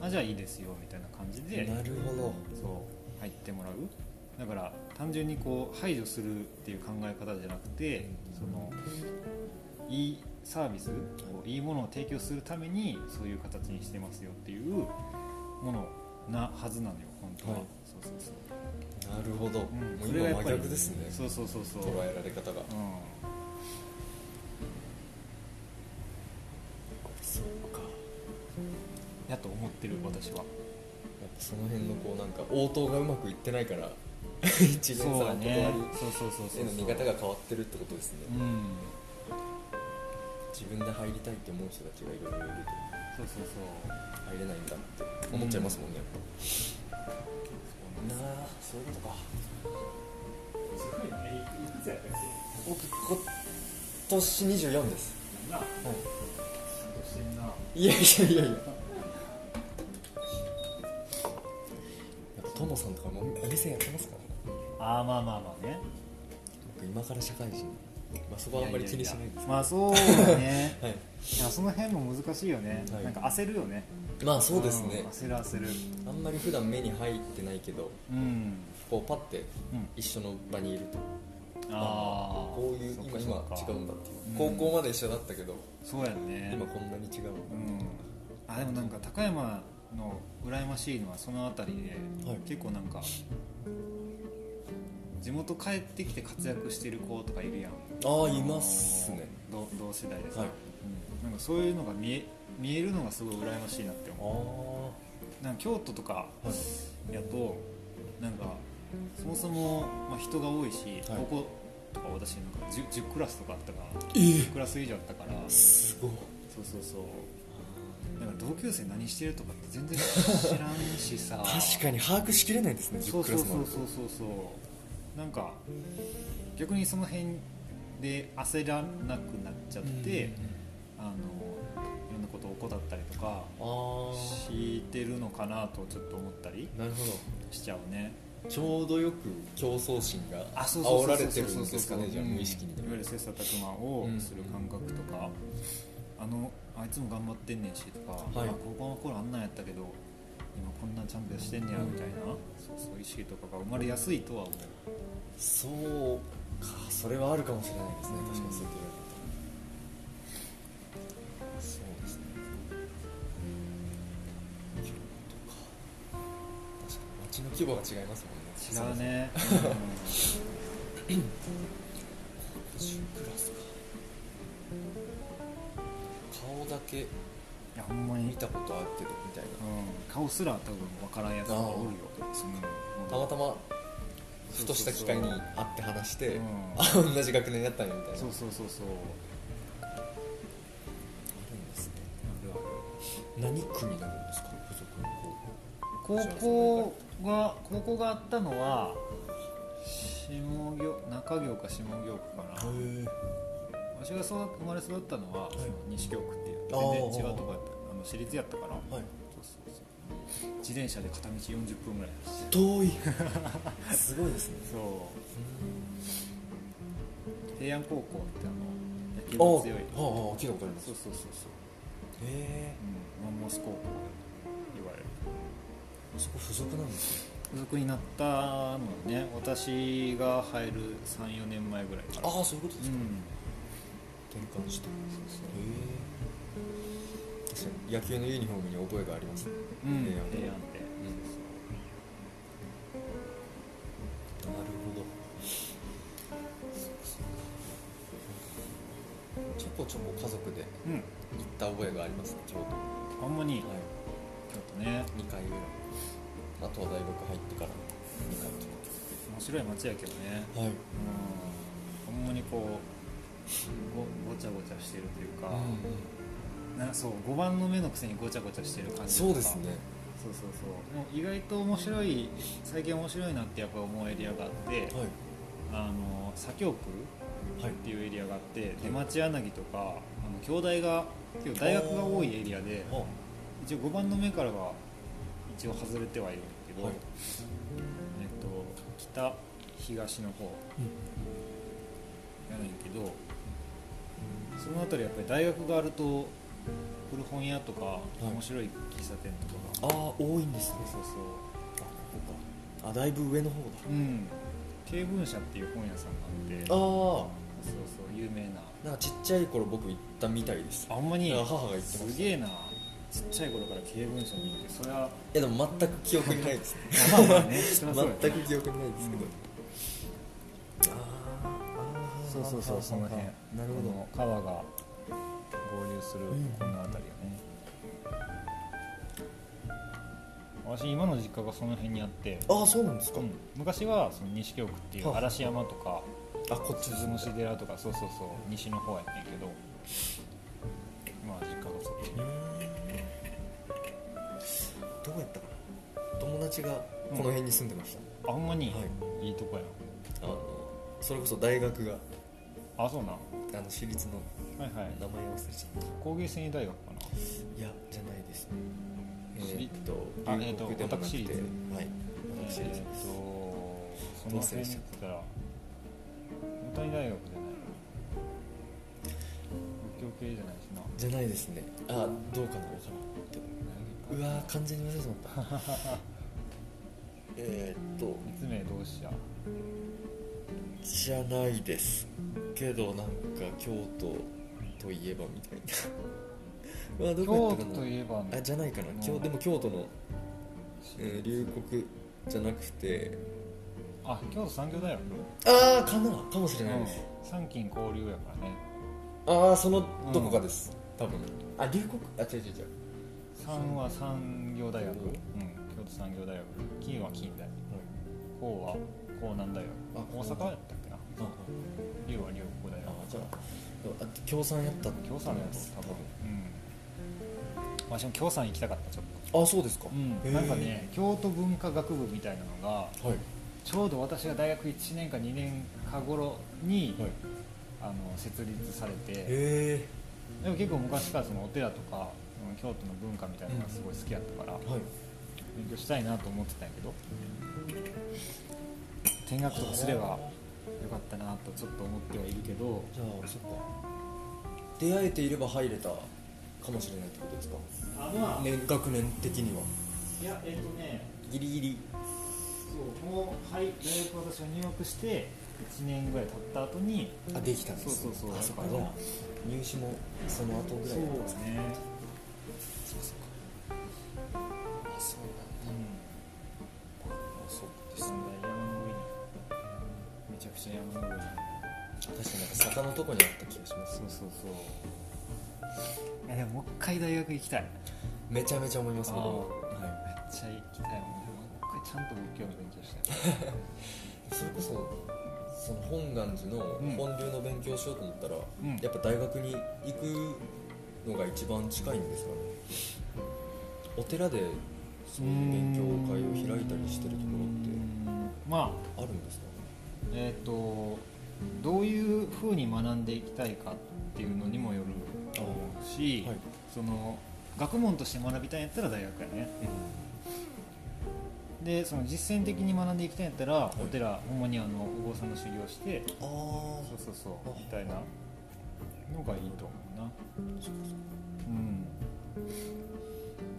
Speaker 2: あじゃあいいですよみたいな感じで
Speaker 3: なるほど
Speaker 2: そう入ってもらうだから単純にこう排除するっていう考え方じゃなくてそのいいサービスをいいものを提供するためにそういう形にしてますよっていうものなはずなのよ本当は、
Speaker 3: はい
Speaker 2: そうそうそう
Speaker 3: なるほど、
Speaker 2: ん
Speaker 3: もう
Speaker 2: それが
Speaker 3: 今
Speaker 2: やっぱ
Speaker 3: 真
Speaker 2: り
Speaker 3: 逆ですね
Speaker 2: そうそうそうそう
Speaker 3: 捉えられ方が
Speaker 2: う
Speaker 3: そうか
Speaker 2: んやと思ってる私は
Speaker 3: やっぱその辺のこうなんか応答がうまくいってないから (laughs) 一年さんの断りへ
Speaker 2: そうそうそうそう
Speaker 3: の見方が変わってるってことですね、
Speaker 2: うん
Speaker 3: 自分で入りたいって思う人たちがいろいろいる
Speaker 2: そうそうそう
Speaker 3: と入れないんだって思っちゃいますもんね、やっぱなあそういうことか僕今年24ですいやいやいやいややっぱトモさんとかもお店やってますからね
Speaker 2: ああまあまあまあね
Speaker 3: 僕今から社会人まあそこはあんまり気にしないんですけど
Speaker 2: まあそうだね
Speaker 3: はい
Speaker 2: いやその辺も難しいよね、
Speaker 3: はい
Speaker 2: なんか焦るよね
Speaker 3: まあそうですね
Speaker 2: ん焦る焦る
Speaker 3: あんまり普段目に入ってないけど
Speaker 2: うん、
Speaker 3: こうパッて
Speaker 2: うん、
Speaker 3: 一緒の場にいると
Speaker 2: ああ
Speaker 3: こういう
Speaker 2: そっ
Speaker 3: 今
Speaker 2: か
Speaker 3: 今
Speaker 2: そっ
Speaker 3: 違
Speaker 2: か
Speaker 3: うんだっていう、
Speaker 2: うん
Speaker 3: 高校まで一緒だったけど
Speaker 2: そうやね
Speaker 3: 今こんなに違う
Speaker 2: うんあでもなんか高山の羨ましいのはその辺りで、
Speaker 3: はい
Speaker 2: 結構なんか地元帰ってきて活躍してる子とかいるやん
Speaker 3: ああいますね
Speaker 2: 同同世代でさ、
Speaker 3: はい
Speaker 2: うん、なんかそういうのが見え見えるのがすごい羨ましいなって
Speaker 3: あ
Speaker 2: 思
Speaker 3: あ
Speaker 2: うなんか京都とか
Speaker 3: はい
Speaker 2: やとなんかそもそも、まあ、人が多いし、
Speaker 3: はい
Speaker 2: 高校とか私なんか 10, 10クラスとかあったから
Speaker 3: え
Speaker 2: 10クラス以上あったから
Speaker 3: え
Speaker 2: そ
Speaker 3: すごいう
Speaker 2: そうそうだから同級生何してるとかって全然知らんしさ
Speaker 3: (laughs) 確かに把握しきれないですね
Speaker 2: そ
Speaker 3: 10
Speaker 2: う
Speaker 3: ク
Speaker 2: そ
Speaker 3: ラ
Speaker 2: うそ
Speaker 3: ス
Speaker 2: う
Speaker 3: もある
Speaker 2: そうそうそうなんか逆にその辺で焦らなくなっちゃって、あのいろんなことを怠ったりとか
Speaker 3: あ
Speaker 2: してるのかなとちょっと思ったり
Speaker 3: あなるほど
Speaker 2: しちゃうね
Speaker 3: ちょうどよく競争心が
Speaker 2: あそうそう
Speaker 3: 煽
Speaker 2: そう
Speaker 3: ら
Speaker 2: そ
Speaker 3: れ
Speaker 2: う
Speaker 3: て
Speaker 2: そう
Speaker 3: る
Speaker 2: そ
Speaker 3: ん
Speaker 2: う
Speaker 3: ですかねじゃあ無意識に
Speaker 2: うんいわゆる切磋琢磨を
Speaker 3: うん
Speaker 2: する感覚とか、あのあいつも頑張ってんねんしとか、
Speaker 3: はい
Speaker 2: あ高校の頃あんなんやったけど今こんなチャンピオンしてんねやみたいな、そうそう意識とかが生まれやすいとは思う
Speaker 3: そうかそれはあるかもしれないですね確かにそうやって言われるとそうですね京都か確かに街の規模が違います
Speaker 2: 違
Speaker 3: も
Speaker 2: う
Speaker 3: んね
Speaker 2: ね、
Speaker 3: 10クラスか顔だけ
Speaker 2: いやほんまに、う
Speaker 3: 見
Speaker 2: ん、
Speaker 3: たことあるけどみたいな
Speaker 2: 顔すら多分分からんやつがおるようん
Speaker 3: たまたまふとした機会に会って話して、
Speaker 2: うん
Speaker 3: あ同じ学年だったんやみたいな
Speaker 2: そうそうそう
Speaker 3: (laughs)
Speaker 2: そう
Speaker 3: あるんですね何区になるんですか付属の高校
Speaker 2: 高校が高校があったのは下行中行か下行区かな
Speaker 3: へ
Speaker 2: 私がそう生まれ育ったのは、その西京区っていう
Speaker 3: あー
Speaker 2: 全然違うとこやったあの私立やったから、
Speaker 3: えはい
Speaker 2: そうそうそう自転車で片道40分ぐらい走って
Speaker 3: 遠いすごいですね
Speaker 2: そう
Speaker 3: あ
Speaker 2: 平安高校ってあ
Speaker 3: ああ
Speaker 2: の野
Speaker 3: あ
Speaker 2: 球が強い
Speaker 3: 聞いたことあります
Speaker 2: そうそうそ
Speaker 3: へ
Speaker 2: うそう、
Speaker 3: え
Speaker 2: うん、マンモス高校いわゆる
Speaker 3: そこ付属なんですね
Speaker 2: 付属になったのね私が入る34年前ぐらいから
Speaker 3: ああそういうことで
Speaker 2: う
Speaker 3: すか、
Speaker 2: ん
Speaker 3: 転換してへえ確かに野球のユニフォームに覚えがありますね
Speaker 2: うん、
Speaker 3: 平安
Speaker 2: 平安って
Speaker 3: うんなるほどちょこちょこ家族で行
Speaker 2: うん
Speaker 3: った覚えがありますね京都
Speaker 2: ほんまに
Speaker 3: はい
Speaker 2: ちょっとね
Speaker 3: 2回ぐらい、まあ、東大僕入ってから2回と
Speaker 2: 面白い街やけどね
Speaker 3: かはい
Speaker 2: うんほんまにこうごごちゃごちゃしてるというか、なんかそう5番の目のくせにごちゃごちゃしてる感じと
Speaker 3: そ
Speaker 2: か
Speaker 3: うですね
Speaker 2: そうそうそうでも意外と面白い最近面白いなってやっぱ思うエリアがあって、
Speaker 3: はい
Speaker 2: あの左京区
Speaker 3: はい
Speaker 2: っていうエリアがあって出町柳とかあの京大が結構大学が多いエリアで
Speaker 3: あ
Speaker 2: 一応5番の目からは一応外れてはいるんだけど、
Speaker 3: はい
Speaker 2: えっと北東の方やねんけどその辺りやっぱり大学があると古本屋とか
Speaker 3: い
Speaker 2: 面白い喫茶店とか
Speaker 3: あ
Speaker 2: が、
Speaker 3: あ多いんですね
Speaker 2: そうそうそ
Speaker 3: あそうかあだいぶ上の方だ
Speaker 2: ううん慶文社っていう本屋さんがあってそう
Speaker 3: あ
Speaker 2: そう有名な
Speaker 3: あなんかちっちゃい頃僕行ったみたいです
Speaker 2: あんまに
Speaker 3: なんか母が言ってました
Speaker 2: すげえなちっちゃい頃から慶文社に行ってそれ
Speaker 3: (laughs)
Speaker 2: は
Speaker 3: いやでも全く記憶にないですね
Speaker 2: まあまあねそりゃそうだよね
Speaker 3: 全く記憶にないですけど、
Speaker 2: うん
Speaker 3: ああ
Speaker 2: そうそうそうその辺
Speaker 3: なるほど
Speaker 2: この川が合流する
Speaker 3: うん
Speaker 2: この辺りよね、私今の実家がその辺にあって、
Speaker 3: ああそうなんですか、
Speaker 2: うん昔はその西京区っていう
Speaker 3: はあ
Speaker 2: 嵐山とか
Speaker 3: あこっち
Speaker 2: 鈴虫寺とかそうそうそう西の方やねんけど今は実家がそっちに
Speaker 3: どうやったかな友達がこの辺に住んでました、
Speaker 2: あほんまに、、
Speaker 3: はい
Speaker 2: いとこや
Speaker 3: あのそれこそ大学が
Speaker 2: なあそうなん
Speaker 3: あの私立の
Speaker 2: はいはい
Speaker 3: 名前忘れちゃっ
Speaker 2: 工芸繊維大学か
Speaker 3: たいやじゃないですえ
Speaker 2: 私立
Speaker 3: ーっと
Speaker 2: あ
Speaker 3: 留学でもなく
Speaker 2: え
Speaker 3: て、
Speaker 2: ーっと私立
Speaker 3: はい
Speaker 2: なえ
Speaker 3: 私
Speaker 2: ーっ
Speaker 3: 立
Speaker 2: とそ
Speaker 3: ど
Speaker 2: の
Speaker 3: う
Speaker 2: 辺
Speaker 3: せで
Speaker 2: に
Speaker 3: し
Speaker 2: 行
Speaker 3: た
Speaker 2: ったら大谷大学じゃない仏教系じゃないしな
Speaker 3: じゃないですねあどうかなわからんうわー完全に忘れてしまった (laughs) えーっと
Speaker 2: 立命同志社
Speaker 3: じゃないですけどなんか京都といえばみたいな (laughs) うわどこ
Speaker 2: 京
Speaker 3: やった
Speaker 2: 都
Speaker 3: か
Speaker 2: と
Speaker 3: ない
Speaker 2: えば
Speaker 3: あじゃないかな、
Speaker 2: うん
Speaker 3: 京でも京都の、えー留国じゃなくて
Speaker 2: あ京都産業大学
Speaker 3: ああかなかもしれないです、
Speaker 2: うん三金交流やからね
Speaker 3: ああそのどこかです、多分あ留国あ違う違う違う
Speaker 2: 三は産業大学、うん、京都産業大学金は近代高は江南大学
Speaker 3: あ
Speaker 2: 大阪やったっけな
Speaker 3: あ
Speaker 2: 龍は龍谷大
Speaker 3: あ
Speaker 2: 学
Speaker 3: あじゃああ共産やった
Speaker 2: 京産のやつ多分うん私も京産行きたかったちょっと
Speaker 3: あそうですか、
Speaker 2: うん、なんかね京都文化学部みたいなのが
Speaker 3: はい
Speaker 2: ちょうど私が大学1年か2年か頃に、
Speaker 3: はいへ
Speaker 2: あの設立されて
Speaker 3: え
Speaker 2: でも結構昔からそのお寺とかうん京都の文化みたいなのがすごい好きやったから、
Speaker 3: はい
Speaker 2: 勉強したいなと思ってたんやけど見学とかすればよかったなとちょっと思ってはいるけど
Speaker 3: じゃあそっか出会えていれば入れたかもしれないってことですか、
Speaker 2: あま
Speaker 3: ね、学年的にはい
Speaker 2: やえっ、とね
Speaker 3: ギリギリ
Speaker 2: そうもうはい大学私は入学して1年ぐらい経った後に
Speaker 3: あできたんです
Speaker 2: そうそうそう
Speaker 3: あそっか
Speaker 2: だ
Speaker 3: じ
Speaker 2: から
Speaker 3: ゃあ入試もその後ぐらいだったんですね
Speaker 2: ね
Speaker 3: そうそっかあそう
Speaker 2: う
Speaker 3: なん
Speaker 2: ん
Speaker 3: だあそうで
Speaker 2: 実
Speaker 3: すね
Speaker 2: 際山の上にめちゃくちゃ山の上に
Speaker 3: 確かになんか坂のとこにあった気がします
Speaker 2: そうそうそういやでももう一回大学行きたいめっ
Speaker 3: めちゃめちゃ思います
Speaker 2: あー
Speaker 3: 僕もは
Speaker 2: ちゃ行きたいもんねもう一回ちゃんと仏教の勉強したい
Speaker 3: いそれこそその本願寺の
Speaker 2: うん
Speaker 3: 本流の勉強しようと思ったら、
Speaker 2: ん
Speaker 3: やっぱ大学に行くのが一番近いんですかねお寺でその勉強会を開いたりしてるとこ
Speaker 2: まあ
Speaker 3: ろってあるんですか
Speaker 2: えっ、とどういうふうに学んでいきたいかっていうのにもよると思うし、
Speaker 3: はい
Speaker 2: その学問として学びたいんやったら大学やねでその実践的に学んでいきたいんやったら、お寺ほんまにあのお坊さんの修行して
Speaker 3: ああ
Speaker 2: そうそうそ
Speaker 3: あ
Speaker 2: うみたいなのがいいと思うなうん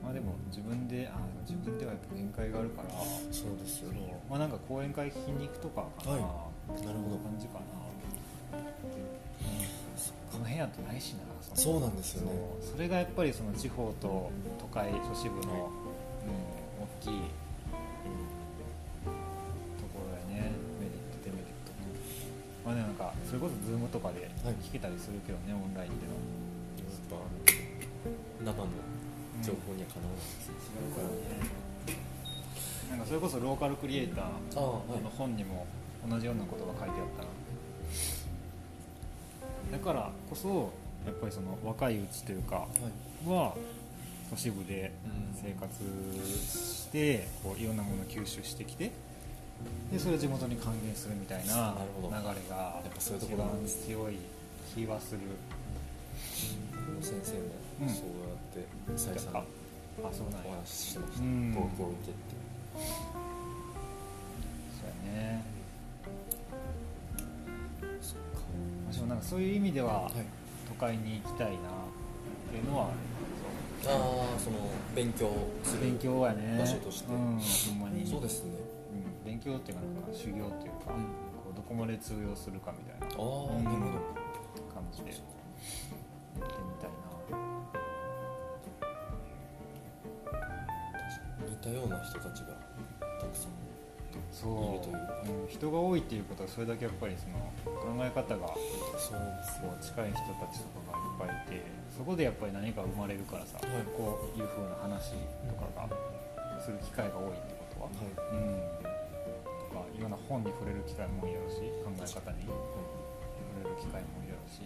Speaker 2: まあでも自分であ自分ではやっぱ限界があるから
Speaker 3: そうですよね
Speaker 2: まあなんか講演会聞きに行くとかかな、
Speaker 3: はいなるほど
Speaker 2: こんな感じかな、この辺やとないしなそ
Speaker 3: そうなんですよね
Speaker 2: そうそれがやっぱりその地方と都会都市部の、
Speaker 3: はい
Speaker 2: うん、大きいうんところやねメリットデメリットまあねなんかそれこそ Zoom とかで
Speaker 3: はい
Speaker 2: 聞けたりするけどね、オンラインでの
Speaker 3: やっぱ生の情報にはかなわないですね、
Speaker 2: 違うからねなんかそれこそローカルクリエイター
Speaker 3: ああは
Speaker 2: の本にも同じようなことが書いてあったなだからこそやっぱりその若いうちというか
Speaker 3: はい
Speaker 2: は都市部で
Speaker 3: うん
Speaker 2: 生活してこういろんなものを吸収してきてでそれを地元に還元するみたいな
Speaker 3: なるほど
Speaker 2: 流れが
Speaker 3: っぱそういうと
Speaker 2: 一
Speaker 3: ころ
Speaker 2: 番
Speaker 3: なんで
Speaker 2: 強い気はする
Speaker 3: 先生
Speaker 2: うん
Speaker 3: もそうやって再三
Speaker 2: あそうなん
Speaker 3: お
Speaker 2: や
Speaker 3: 話ししてまし
Speaker 2: う
Speaker 3: た
Speaker 2: ん
Speaker 3: 東京行けって
Speaker 2: そうやね
Speaker 3: そっか
Speaker 2: 私もなんかそういう意味では、
Speaker 3: はい
Speaker 2: 都会に行きたいなってっていうのは
Speaker 3: ああその勉強する
Speaker 2: 勉強はね
Speaker 3: 場所として
Speaker 2: うん、ほんまに
Speaker 3: そうですね
Speaker 2: うん勉強っていうかなんか修行っていうか、
Speaker 3: うん
Speaker 2: こうどこまで通用するかみたいな
Speaker 3: ああ、
Speaker 2: うん
Speaker 3: なるほど
Speaker 2: 感じでやってみたいな
Speaker 3: 似たような人たちがたくさん
Speaker 2: そう
Speaker 3: いいという
Speaker 2: うん人が多いっていうことはそれだけやっぱりその考え方が
Speaker 3: そうです
Speaker 2: こう近い人たちとかがいっぱいいてそこでやっぱり何か生まれるからさ、
Speaker 3: はい
Speaker 2: こういう風な話とかがする機会が多いってことは、
Speaker 3: はい
Speaker 2: うんとかいろんな本に触れる機会も多いやろし考え方に触れる機会も多いやろし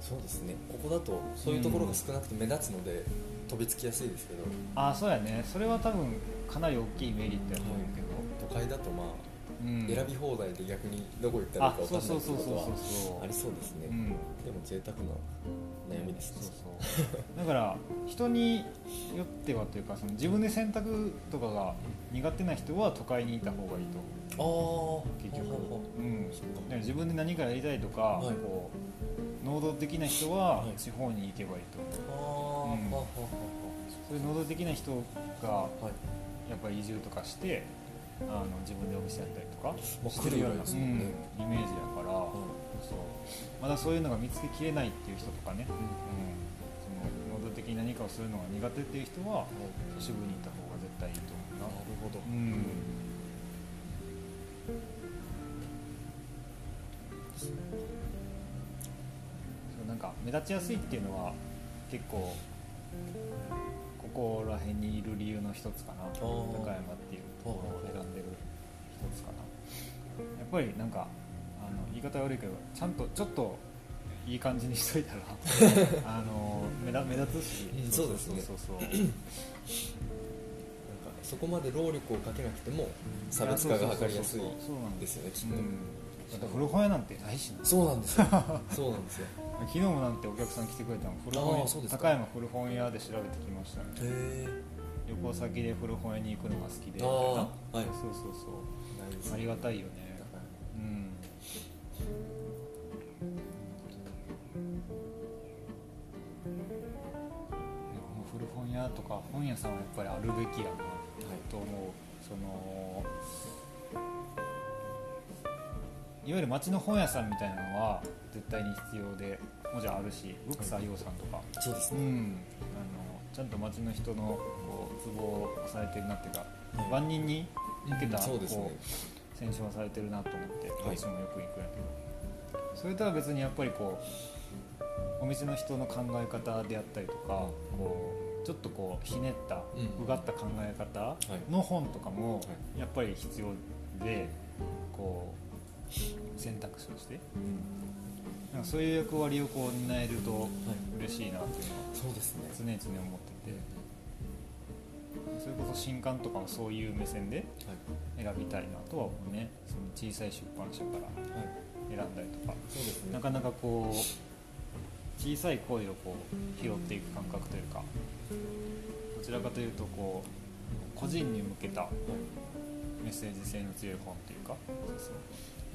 Speaker 3: そうですねここだとそういうところが少なくて目立つので、飛びつきやすいですけど
Speaker 2: ああそうやねそれは多分かなり大きいメリットやと思うけど、
Speaker 3: 都会だとまあ、
Speaker 2: うん
Speaker 3: 選び放題で逆にどこ行ったらいい
Speaker 2: あ
Speaker 3: か分かん
Speaker 2: そう
Speaker 3: ないって
Speaker 2: そうそうそう
Speaker 3: こ
Speaker 2: そう
Speaker 3: と
Speaker 2: そ
Speaker 3: は
Speaker 2: う
Speaker 3: ありそうですね、
Speaker 2: うん
Speaker 3: でも贅沢な悩みですね
Speaker 2: そうそうだから人によってはというかその自分で選択とかが苦手な人は都会にいた方がいいと
Speaker 3: ああ
Speaker 2: 結局
Speaker 3: ほうほうほ
Speaker 2: うん、だ
Speaker 3: そっか
Speaker 2: から自分で何かやりたいとか、
Speaker 3: はい
Speaker 2: こう能動的な人は
Speaker 3: はい
Speaker 2: 地方に行けばいいと思う、う
Speaker 3: うああ、
Speaker 2: ん
Speaker 3: ははは
Speaker 2: そういう能動的な人が
Speaker 3: ははい
Speaker 2: やっぱり移住とかしてあの自分でお店やったりとか
Speaker 3: まあ
Speaker 2: してるような、
Speaker 3: 来るようですもん
Speaker 2: うんイメー
Speaker 3: ね
Speaker 2: ジやから、そうまだそういうのが見つけきれないっていう人とかね、うん、その能動的に何かをするのが苦手っていう人は都市部にいた方が絶対いいと思うな
Speaker 3: なるほど、
Speaker 2: うんそうなんか目立ちやすいっていうのは結構ここら辺にいる理由の一つかな
Speaker 3: ー
Speaker 2: 高山っていうところを選んでる一つかなやっぱりなんかあの言い方悪いけどちゃんとちょっといい感じにしといた
Speaker 3: (laughs)
Speaker 2: らあの目立目立つし
Speaker 3: うんそうですね
Speaker 2: そうそうそう
Speaker 3: なんかそこまで労力をかけなくても差別化が図りやすい
Speaker 2: そうそうそうそうなん
Speaker 3: ですよねきっ
Speaker 2: う
Speaker 3: と、
Speaker 2: ん、だって古本屋なんてないしな
Speaker 3: そうなんですよそうなんですよ
Speaker 2: 昨日もなんてお客さん来てくれたの古本
Speaker 3: あ
Speaker 2: 屋
Speaker 3: ーそうですか
Speaker 2: 高山古本屋で調べてきましたね
Speaker 3: へえ
Speaker 2: 旅行先で古本屋に行くのが好きでみたいな
Speaker 3: あーはい
Speaker 2: そうそう
Speaker 3: ないです
Speaker 2: そうありがたいよねうんこの古本屋とか本屋さんはやっぱりあるべきやなと思う、そのいわゆる町の本屋さんみたいなのは絶対に必要でもちろんあるしブック採用さんとか、
Speaker 3: そうです
Speaker 2: う
Speaker 3: ね、
Speaker 2: ん、あのちゃんと町の人のこうツボを押されてるなっていうか、
Speaker 3: はい
Speaker 2: 万人に受けた、
Speaker 3: そうです
Speaker 2: こ
Speaker 3: ね
Speaker 2: う選手はされてるなと思って
Speaker 3: はい
Speaker 2: 私もよく行くんやけど、それとは別にやっぱりこうお店の人の考え方であったりとかこうちょっとこうひねった、
Speaker 3: うん
Speaker 2: うがった考え方の本とかもやっぱり必要でこう選択肢として
Speaker 3: うん
Speaker 2: なんかそういう役割をこう担えると嬉しいなっていうのは
Speaker 3: そうですね
Speaker 2: 常々思っててそれこそ新刊とかもそういう目線で
Speaker 3: は
Speaker 2: 選びたいなとは思うねその小さい出版社から
Speaker 3: いはい
Speaker 2: 選んだりとか
Speaker 3: そうですね
Speaker 2: なかなかこう小さい声をこう拾っていく感覚というかどちらかというとこう個人に向けたメッセージ性の強い本というかそうそう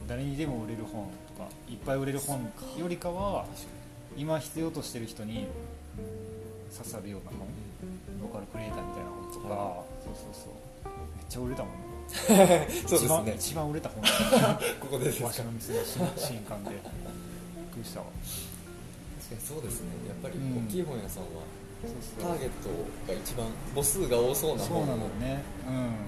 Speaker 2: 誰にでも売れる本とかいっぱい売れる本よりかは今必要としてる人に刺さるような本ボーカルクリエイターみたいな本とか、
Speaker 3: は
Speaker 2: そうそうそうめっちゃ売れたもんね
Speaker 3: そう
Speaker 2: 一
Speaker 3: ですね
Speaker 2: 番一番売れた本
Speaker 3: ここでですね
Speaker 2: わしの店の新新刊でびっくりしたわ
Speaker 3: 確かにそうですねやっぱり
Speaker 2: うん
Speaker 3: 大きい本屋さんは
Speaker 2: そう
Speaker 3: ターゲットが一番母数が多そうな
Speaker 2: そう
Speaker 3: 本
Speaker 2: な
Speaker 3: を
Speaker 2: のよね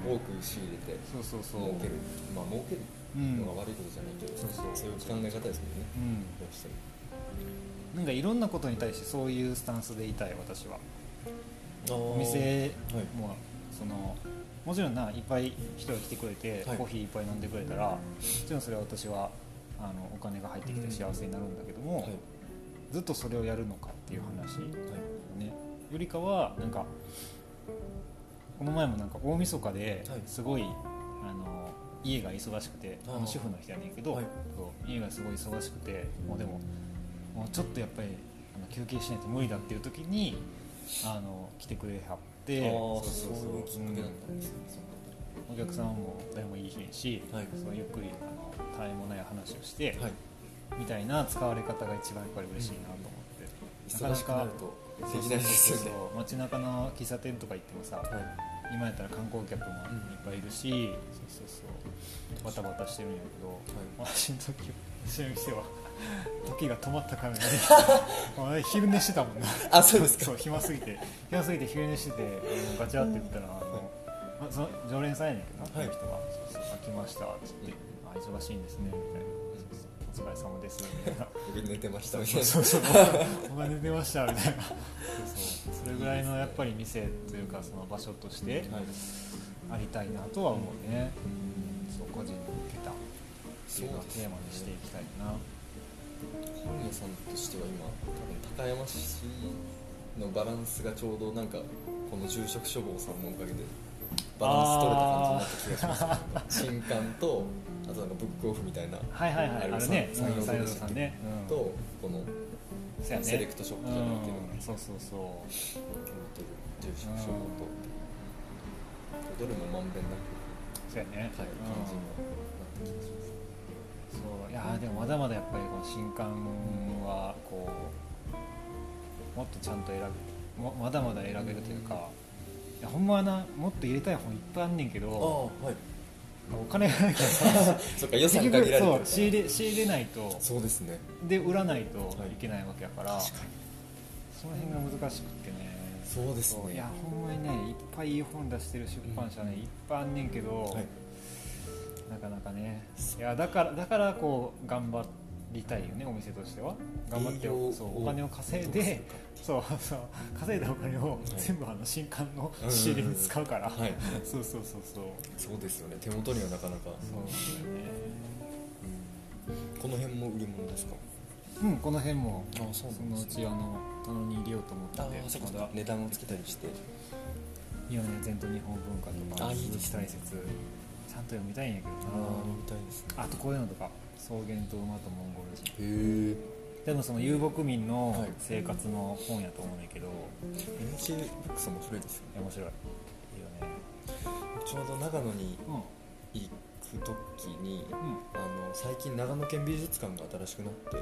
Speaker 2: うん
Speaker 3: 多く仕入れて
Speaker 2: そうそうそう
Speaker 3: 儲けるまあ儲ける
Speaker 2: うん
Speaker 3: のが悪いことじゃないけど
Speaker 2: そうそう
Speaker 3: そういう考え方ですもんね
Speaker 2: うん
Speaker 3: どうしても
Speaker 2: なんかいろんなことに対してそういうスタンスでいたい私はお
Speaker 3: お
Speaker 2: 店
Speaker 3: はい
Speaker 2: も、そのもちろんないっぱい人が来てくれて、
Speaker 3: はい
Speaker 2: コーヒーいっぱい飲んでくれたらもちろんそれは私はあのお金が入ってきて幸せになるんだけども、
Speaker 3: はいはい
Speaker 2: ずっとそれをやるのかっていう話、ね、よりかはなんかこの前もなんか大晦日で
Speaker 3: はい
Speaker 2: すごい、あの家が忙しくて
Speaker 3: あー
Speaker 2: あの主婦の人やねんけど、
Speaker 3: はい
Speaker 2: そう家がすごい忙しくてもうでももうちょっとやっぱりあの休憩しないと無理だっていう時にあの来てくれはって
Speaker 3: ああ
Speaker 2: そう
Speaker 3: そ
Speaker 2: そううそう
Speaker 3: いうきっかけだっ
Speaker 2: うん
Speaker 3: たんですね
Speaker 2: お客さんも誰もいいひんし、
Speaker 3: はい
Speaker 2: そのゆっくりあのたえもない話をして、
Speaker 3: はい
Speaker 2: みたいな使われ方が一番やっぱり嬉しいなと思って、
Speaker 3: 忙しくなるとできないですよね
Speaker 2: そう街中の喫茶店とか行ってもさ、
Speaker 3: はい
Speaker 2: 今やったら観光客も
Speaker 3: うん
Speaker 2: いっぱいいるし、そうそうそうバタバタしてるんやけど、私の時私の店は (laughs) 時が止まったカ
Speaker 3: (laughs)
Speaker 2: メラで昼寝してたもんな
Speaker 3: あそうですか
Speaker 2: そう暇すぎて暇すぎて昼寝しててあのガチャって言ったらあの、まあ、その常連さんやねんけどな、
Speaker 3: はい
Speaker 2: この人が「そうそう来ました」っつって「あ忙しいんですね」みたいな「そうそうお疲れ様です」みたいな。
Speaker 3: 僕寝てました
Speaker 2: そう
Speaker 3: みたい
Speaker 2: そう
Speaker 3: な
Speaker 2: そうそうお金出ましたみたいなそうそれぐらいのやっぱり店というかその場所として
Speaker 3: はい
Speaker 2: ありたいなとは思うね、そう個人に向けたっていうのを
Speaker 3: そうです
Speaker 2: テー
Speaker 3: ね
Speaker 2: マにしていきたいな
Speaker 3: 本屋さんとしては今多分高山市のバランスがちょうどなんかこの住職処方さんのおかげでバランス取れた感じになった気がしますなんか新刊とあとなんかブックオフみたいな
Speaker 2: はいはいはいあ
Speaker 3: あ
Speaker 2: るね
Speaker 3: るね
Speaker 2: 三
Speaker 3: うん
Speaker 2: 洋堂さんね、うん、
Speaker 3: とこの
Speaker 2: そうやね
Speaker 3: セレクトショップじゃなくて
Speaker 2: うんそうそうそう
Speaker 3: 住職処方とどれもまんべんなく
Speaker 2: そうやね、
Speaker 3: 買える感じになってきて
Speaker 2: そういやーでもまだまだやっぱりこの新刊はこうもっとちゃんと選ぶもまだまだ選べるというか、いやほんまはなもっと入れたい本いっぱいあんねんけ
Speaker 3: あ
Speaker 2: ど
Speaker 3: あはい
Speaker 2: お金がないからさ
Speaker 3: そっか予
Speaker 2: 結
Speaker 3: 算限られ
Speaker 2: 局
Speaker 3: てるか
Speaker 2: そう
Speaker 3: ら
Speaker 2: 仕入れ仕入れないと
Speaker 3: そうですね
Speaker 2: で売らないと
Speaker 3: はい
Speaker 2: いけないわけやから、その辺が難しくってね
Speaker 3: そうですね
Speaker 2: そういやほんまにねいっぱいいい本出してる出版社ね、いっぱいあんねんけど、
Speaker 3: はい
Speaker 2: なかなかねいやだからだからこう頑張りたいよねお店としては頑張って
Speaker 3: 営業を
Speaker 2: そうお金を稼いでそうそう稼いだお金を全部あの新刊の
Speaker 3: うん
Speaker 2: 仕入れに使うから、
Speaker 3: はい
Speaker 2: そうそうそうそう
Speaker 3: そうですよね手元にはなかなか
Speaker 2: そうだよね
Speaker 3: この辺も売り物ですか
Speaker 2: うんこの辺も
Speaker 3: あそ
Speaker 2: そのうちあの棚に入れようと思ったんで
Speaker 3: あそこ
Speaker 2: まだ
Speaker 3: 値段をつけたりして
Speaker 2: 日本全と日本文化とか
Speaker 3: あいい
Speaker 2: 鈴
Speaker 3: で
Speaker 2: 木
Speaker 3: す
Speaker 2: 大
Speaker 3: ね
Speaker 2: 雪ちゃんと読みたいんやけど
Speaker 3: あ
Speaker 2: な
Speaker 3: たいですね
Speaker 2: あとこういうのとか草原と馬とモンゴル人
Speaker 3: へえ
Speaker 2: でもその遊牧民の
Speaker 3: はい
Speaker 2: 生活の本やと思うねんけど、
Speaker 3: MC ブックス面白いですよね
Speaker 2: 面白いいいよね
Speaker 3: ちょうど長野に
Speaker 2: うん
Speaker 3: 行く時に
Speaker 2: うん
Speaker 3: あの最近長野県美術館が新しくなって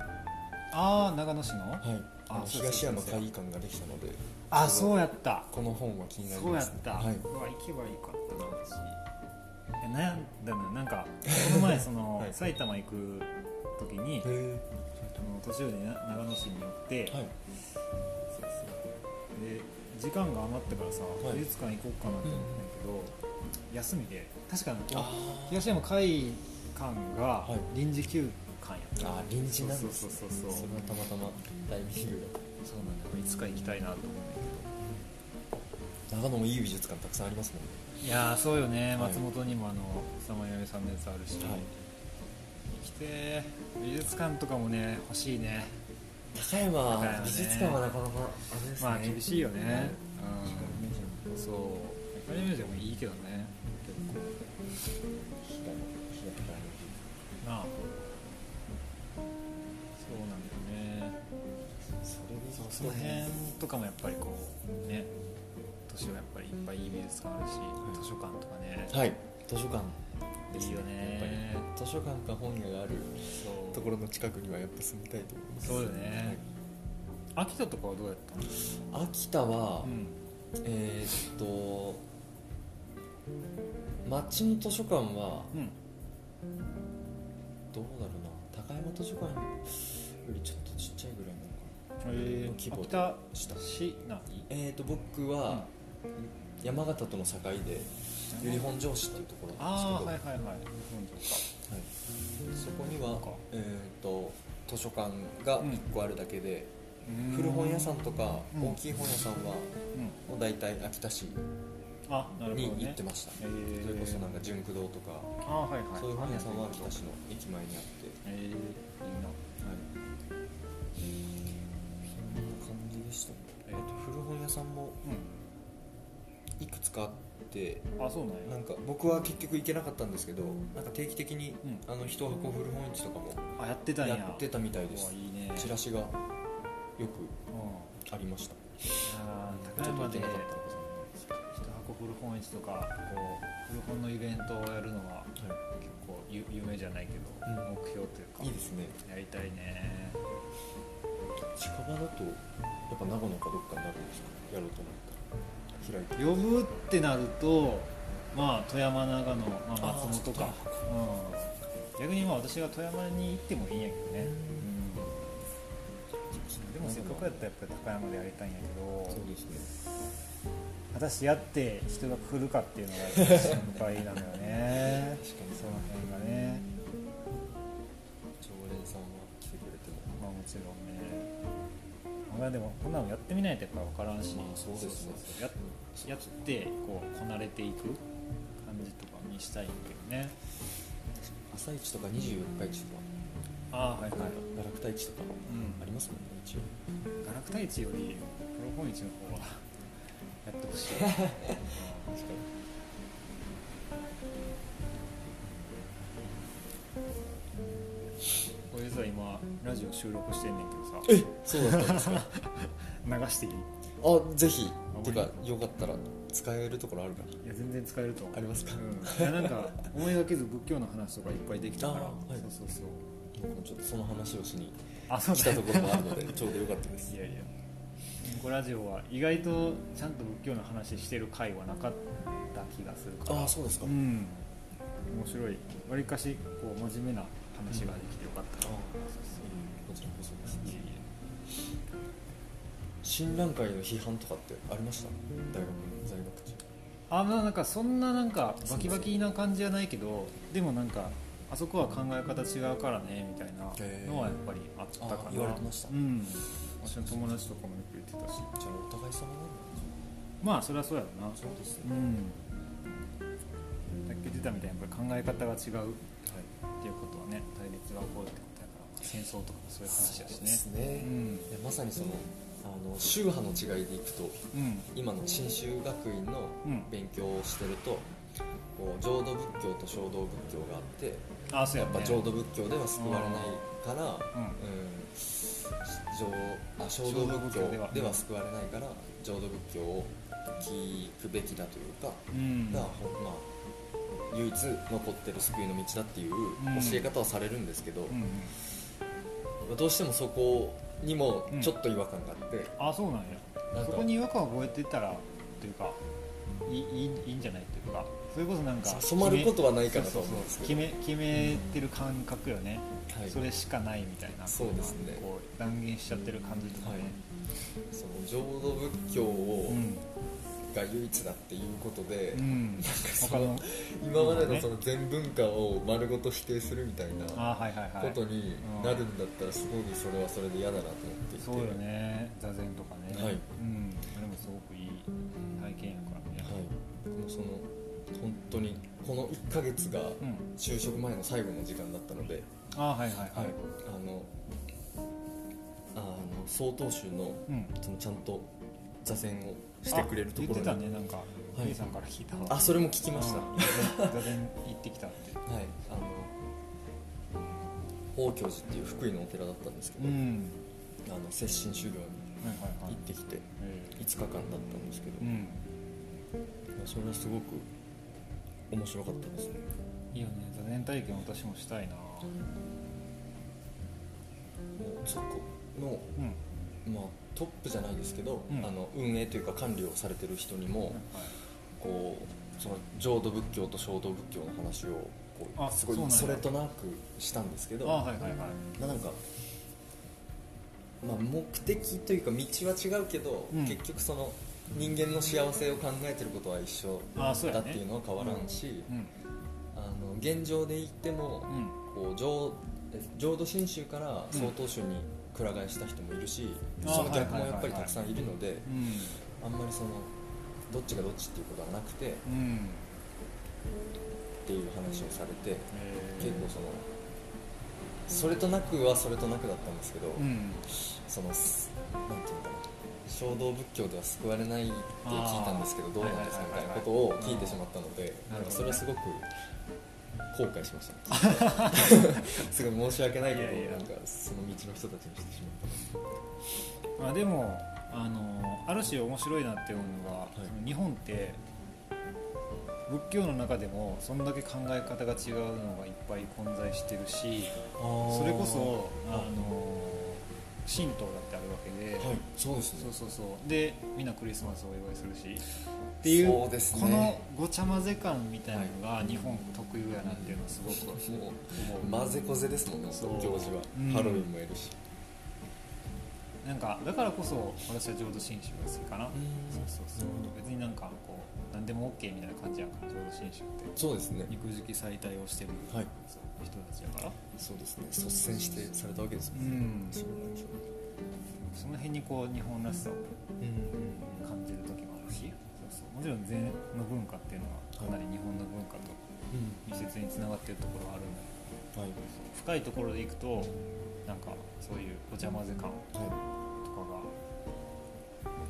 Speaker 2: ああ長野市の
Speaker 3: はいあの
Speaker 2: そうです
Speaker 3: 東山会議館ができたので
Speaker 2: あそうやった
Speaker 3: この本は気になり
Speaker 2: そう
Speaker 3: ま
Speaker 2: や
Speaker 3: す
Speaker 2: っ
Speaker 3: ね
Speaker 2: た、
Speaker 3: はいう
Speaker 2: わ行けばよかったな私いや悩んだのよなんかこの前そ (laughs) の、
Speaker 3: はい
Speaker 2: 埼玉行く時に
Speaker 3: へえ
Speaker 2: あの途中でな長野市に寄って、
Speaker 3: はい
Speaker 2: そうそうで時間が余ったからさ、
Speaker 3: い
Speaker 2: 美術館行こうかなって思ったんやけど、休みで確かあの
Speaker 3: あ
Speaker 2: 東山会館が
Speaker 3: は
Speaker 2: 臨時休館やった、
Speaker 3: あ臨時なんです
Speaker 2: そうそうそうそう
Speaker 3: それはたまたまタイミングが
Speaker 2: そうなんだよいつか行きたいなと思うんだ
Speaker 3: 長野もいい美術館たくさんありますもんね
Speaker 2: けどいやーそうよね、
Speaker 3: はい
Speaker 2: 松本にもあの草間彌生さんのやつあるし、来て美術館とかもね欲しいね
Speaker 3: 高山
Speaker 2: 高山ね
Speaker 3: 美術館はなかなかあれですね、
Speaker 2: まあ厳しいよ
Speaker 3: は
Speaker 2: ね、うん、そう光ミュージアムいいけどねなあそうなんだよね
Speaker 3: それで
Speaker 2: そうその辺とかもやっぱりこうね年はやっぱりいっぱいいい美術館あるし、
Speaker 3: い
Speaker 2: 図書館とかね、
Speaker 3: はい図書館です
Speaker 2: いいよね
Speaker 3: やっぱり図書館か本屋がある
Speaker 2: そう
Speaker 3: ところの近くにはやっぱ住みたいと思います
Speaker 2: そうよね、秋田とかはどうやったの
Speaker 3: はい秋田は、
Speaker 2: ん、
Speaker 3: えーっと町の図書館
Speaker 2: う
Speaker 3: は
Speaker 2: ん、
Speaker 3: どうだろうな高山図書館よりちょっとちっちゃいぐらいなのかな
Speaker 2: えー、
Speaker 3: 規模
Speaker 2: 秋
Speaker 3: で
Speaker 2: 田
Speaker 3: した
Speaker 2: 市内
Speaker 3: えーっと僕は、山形との境で由利本荘市というところなんです
Speaker 2: あ
Speaker 3: け
Speaker 2: あ
Speaker 3: ど
Speaker 2: はいはいはい本庄
Speaker 3: はい、そこには
Speaker 2: か、
Speaker 3: えー、と図書館が
Speaker 2: うん
Speaker 3: 1個あるだけで、
Speaker 2: か
Speaker 3: 古本屋さんとか
Speaker 2: うん
Speaker 3: 大きい本屋さんは
Speaker 2: うん
Speaker 3: もう大体秋田市
Speaker 2: あなるほど
Speaker 3: に
Speaker 2: ね
Speaker 3: 行ってました、
Speaker 2: えー
Speaker 3: それこそなんか純駆堂とか、
Speaker 2: あーはいはい
Speaker 3: そういう本屋さん
Speaker 2: え
Speaker 3: は秋田市の駅前にあって、
Speaker 2: えー、いいな
Speaker 3: はい、そんな感じでしたね、えー、と古本屋さんもいくつかあって
Speaker 2: うんあそうなんや
Speaker 3: なんか僕は結局行けなかったんですけどなんか定期的に、
Speaker 2: うん
Speaker 3: あの人箱古本市とかも
Speaker 2: あやってたんや
Speaker 3: やってたみたいで
Speaker 2: うわ
Speaker 3: す
Speaker 2: いいね
Speaker 3: チラシがよく
Speaker 2: うん
Speaker 3: ありました
Speaker 2: あー高山で一
Speaker 3: ちょっと行けなかっ
Speaker 2: 箱古本市とかこう古本のイベントをやるのは
Speaker 3: たは
Speaker 2: 結構ゆ夢じゃないけど、
Speaker 3: うん
Speaker 2: 目標というか
Speaker 3: いいいですね
Speaker 2: やりたいね
Speaker 3: 近場だとやっぱ長野かどっかになるんですかやろうと思ったら開いて
Speaker 2: 呼ぶってなるとまあ富山長野、まあ、
Speaker 3: あー
Speaker 2: 松本か、うん、逆にまあ私が富山に行ってもいいんやけどね、うん、でもせっかくやったらやっぱり高山でやりたいんやけど
Speaker 3: そうですね
Speaker 2: 果たしてやって人が来るかっていうのが心配なのよね
Speaker 3: 確かに
Speaker 2: その辺がね
Speaker 3: 常連さんは来てくれても
Speaker 2: まあもちろんねまあでもこんなのやってみないとやっぱ分からんし、
Speaker 3: まあそうですね
Speaker 2: そうややってこうこなれていく感じとかにしたいんだけどね
Speaker 3: 朝市とか24日市とか
Speaker 2: ああはいはい
Speaker 3: 奈落太市とかありますもんね一応
Speaker 2: ガラクタイチよりプロフォンイチの方はやってほしい
Speaker 3: 確か
Speaker 2: これさ今ラジオ収録してんねんけどさ
Speaker 3: にそうだったんですか
Speaker 2: 流していいい
Speaker 3: あぜひ
Speaker 2: あ
Speaker 3: てかよかったら使えるところあるかな
Speaker 2: や全然使えると思う
Speaker 3: ありますか
Speaker 2: うん、いやなんか (laughs) 思いがけず仏教の話とかいっぱいできたから、
Speaker 3: あーはい
Speaker 2: そうそうそう
Speaker 3: 僕もちょっとその話をしに
Speaker 2: あそう
Speaker 3: 来た
Speaker 2: だ
Speaker 3: ところもあるので (laughs) ちょうどよかったです
Speaker 2: い (laughs) やいやこラジオは意外とちゃんと仏教の話してる回はなかった気がするから
Speaker 3: ああそうですか、
Speaker 2: うん面白いわりかしこう真面目な話ができてよかった、
Speaker 3: あ
Speaker 2: う
Speaker 3: こちらこそです新覧会の批判とかってありました大学の在学中
Speaker 2: あまあなんかそんななんか
Speaker 3: そうそ
Speaker 2: バ
Speaker 3: う
Speaker 2: キバキな感じじゃないけどでもなんかあそこは考え方違うからねみたい
Speaker 3: へ
Speaker 2: な
Speaker 3: ー
Speaker 2: のはやっぱりあったかな
Speaker 3: あ言われてました
Speaker 2: うん私の友達とかもよく言ってたし
Speaker 3: じゃあお互い様なの
Speaker 2: まあそれはそうやろな
Speaker 3: そうです
Speaker 2: う
Speaker 3: はい
Speaker 2: んさっき言ってたみたいにやっぱり考え方が違うっていうことはね対立が起こるってことやから戦争とかもそういう話
Speaker 3: そ
Speaker 2: だ
Speaker 3: う
Speaker 2: し
Speaker 3: で
Speaker 2: ね
Speaker 3: すね、
Speaker 2: うん
Speaker 3: でまさにそのあの宗派の違いでいくと
Speaker 2: うん
Speaker 3: 今の信州学院の
Speaker 2: うん
Speaker 3: 勉強をしてると、こう浄土仏教と小道仏教があって
Speaker 2: あそう
Speaker 3: や
Speaker 2: や
Speaker 3: っ
Speaker 2: ね
Speaker 3: ぱ浄土仏教では救われないから、
Speaker 2: うん
Speaker 3: うん、浄あ小道
Speaker 2: 小
Speaker 3: 仏
Speaker 2: 道
Speaker 3: 教
Speaker 2: 仏教では
Speaker 3: では救われないから浄土仏教を聞くべきだというか、
Speaker 2: うん
Speaker 3: がほんまあ、唯一残ってる救いの道だっていう教え方をされるんですけど、
Speaker 2: うんうん
Speaker 3: どうしてもそこにもちょっと違和感があって、
Speaker 2: あそうなんや
Speaker 3: なんか
Speaker 2: そこに違和感を覚えてたらというかいいいいいいんじゃないというかそれこそなんか
Speaker 3: そう染まることはないかな
Speaker 2: そ
Speaker 3: と
Speaker 2: う
Speaker 3: は
Speaker 2: そう
Speaker 3: 思うんで
Speaker 2: そ
Speaker 3: す
Speaker 2: う
Speaker 3: け
Speaker 2: 決
Speaker 3: ど
Speaker 2: め決めてる感覚よね、
Speaker 3: はい
Speaker 2: それしかないみたいな
Speaker 3: そうですね
Speaker 2: こう断言しちゃってる感じとかね、
Speaker 3: その浄土仏教を、
Speaker 2: うん
Speaker 3: が唯一だっていうことで、
Speaker 2: うん他の
Speaker 3: 今までのその全文化を丸ごと否定するみたいな
Speaker 2: あはいはいはい
Speaker 3: ことになるんだったらすごいそれはそれで嫌だなと思っていて
Speaker 2: そうよね座禅とかね、
Speaker 3: はい
Speaker 2: うんそれもすごくいい体験やからね、
Speaker 3: はい、もうその本当にこの1ヶ月が
Speaker 2: うん
Speaker 3: 就職前の最後の時間だったので、
Speaker 2: あはいはいはい、
Speaker 3: あのあの曹洞宗の
Speaker 2: うん
Speaker 3: そのちゃんと座禅をしてくれるところ
Speaker 2: あ言ってたねなんか、
Speaker 3: い
Speaker 2: A さんから聞いたわ
Speaker 3: あそれも聞きました、
Speaker 2: うん
Speaker 3: (laughs)
Speaker 2: 座禅行ってきたって
Speaker 3: はいあの宝鏡寺っていう福井のお寺だったんですけど、
Speaker 2: ん
Speaker 3: あの接心修
Speaker 2: は
Speaker 3: 行に
Speaker 2: いはいはい
Speaker 3: 行ってきて
Speaker 2: え
Speaker 3: 5日間だったんですけど
Speaker 2: えう、ん
Speaker 3: それはすごく面白かったですね
Speaker 2: いいよね座禅体験私もしたいな
Speaker 3: もうそこの、
Speaker 2: うんはい
Speaker 3: まあ、トップじゃないですけど、
Speaker 2: うん
Speaker 3: あの運営というか管理をされてる人にも、こうその浄土仏教と小道仏教の話をこ
Speaker 2: あ
Speaker 3: うすごい
Speaker 2: そうなんだ
Speaker 3: それとなくしたんですけ
Speaker 2: あ
Speaker 3: ど
Speaker 2: はいはいはい
Speaker 3: まあなんか、まあ、目的というか道は違うけど、
Speaker 2: うん
Speaker 3: 結局その人間の幸せを考えてることは一緒
Speaker 2: あそうや
Speaker 3: だ
Speaker 2: ね
Speaker 3: っていうのは変わらんし、
Speaker 2: うん
Speaker 3: あの現状で言っても、
Speaker 2: うん
Speaker 3: こう浄え浄土真宗から曹洞宗にくら替えした人もいるし、
Speaker 2: あー
Speaker 3: その逆も
Speaker 2: はいはいはいはい
Speaker 3: やっぱりたくさんいるので
Speaker 2: うん
Speaker 3: あんまりそのどっちがどっちっていうことはなくてっ
Speaker 2: うん
Speaker 3: ていう話をされて
Speaker 2: ええ
Speaker 3: 結構そのそれとなくはそれとなくだったんですけど、
Speaker 2: うん
Speaker 3: そのすなんていうのかな衝動仏教では救われないって聞いたんですけど
Speaker 2: あー
Speaker 3: どうなんですかみ
Speaker 2: は
Speaker 3: た
Speaker 2: い
Speaker 3: い
Speaker 2: はいは
Speaker 3: な
Speaker 2: いはい
Speaker 3: ことを聞いてしまったので
Speaker 2: うん
Speaker 3: なんかそれはすごく後悔しましたねすごい申し訳ないけど
Speaker 2: いやいや
Speaker 3: なんかその道の人たちにしてしまっ
Speaker 2: まあ、でもあのある種面白いなって思うのが、
Speaker 3: い
Speaker 2: その日本って仏教の中でもそんだけ考え方が違うのがいっぱい混在してるしたそれこそあ
Speaker 3: は
Speaker 2: の神道だってあるわけで、
Speaker 3: はいそうです
Speaker 2: そう
Speaker 3: ね
Speaker 2: そうそうでみんなクリスマスをお祝いするしっていう
Speaker 3: そうですね
Speaker 2: このごちゃ混ぜ感みたいなのが日本特有やなっていうのはすごく思う、
Speaker 3: 混ぜこぜですもんね
Speaker 2: そう
Speaker 3: 行事は、
Speaker 2: うん
Speaker 3: ハロウィンもやるし、
Speaker 2: なんかだからこそ私は浄土真宗が好きかな、そうそうそう
Speaker 1: なるほ
Speaker 2: 別になんかこう何でも OK みたいな感じやんから浄土真宗って
Speaker 3: そうですね
Speaker 2: 肉付き再退をしてる
Speaker 3: はい
Speaker 2: そう人たちやから、
Speaker 3: そうですね率先してされたわけですもんね、
Speaker 2: ん
Speaker 3: そうなんですよ
Speaker 2: その辺にこう日本らしさを
Speaker 3: うん
Speaker 2: 感じる時もあるしそうそうもちろん禅の文化っていうのはかなり日本の文化と密接につながってるところはあるんだけ
Speaker 3: はい
Speaker 2: ど深いところでいくとなんかそういうごちゃ混ぜ感
Speaker 3: は
Speaker 2: とかが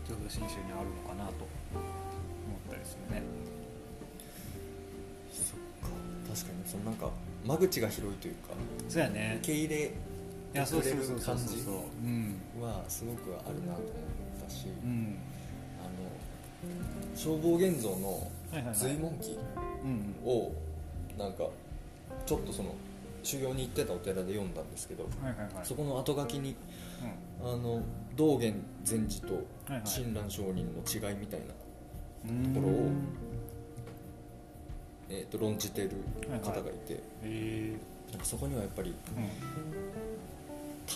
Speaker 2: 浄土真宗にあるのかなと思ったりするね
Speaker 3: いそっか確かにそのなんか間口が広いというか
Speaker 2: そうやね
Speaker 3: 受け入れ
Speaker 2: いや
Speaker 3: て
Speaker 2: そう
Speaker 3: く
Speaker 2: そ
Speaker 3: れ
Speaker 2: う
Speaker 3: る
Speaker 2: そうそう
Speaker 3: 感
Speaker 2: そう
Speaker 3: じ
Speaker 2: そううん
Speaker 3: はすごくあるなと思ったし、
Speaker 2: うん
Speaker 3: あの消防現像の
Speaker 2: はいはいはい
Speaker 3: 随文記
Speaker 2: うん
Speaker 3: をなんかちょっとその修行に行ってたお寺で読んだんですけど、
Speaker 2: うんはいはいはい
Speaker 3: そこの後書きに
Speaker 2: うん
Speaker 3: あの道元禅師と
Speaker 2: はいはい
Speaker 3: 親鸞上人の違いみたいな、
Speaker 2: うん
Speaker 3: ところをえー、と論じてる方がいて、
Speaker 2: え
Speaker 3: なんかそこにはやっぱり
Speaker 2: ーう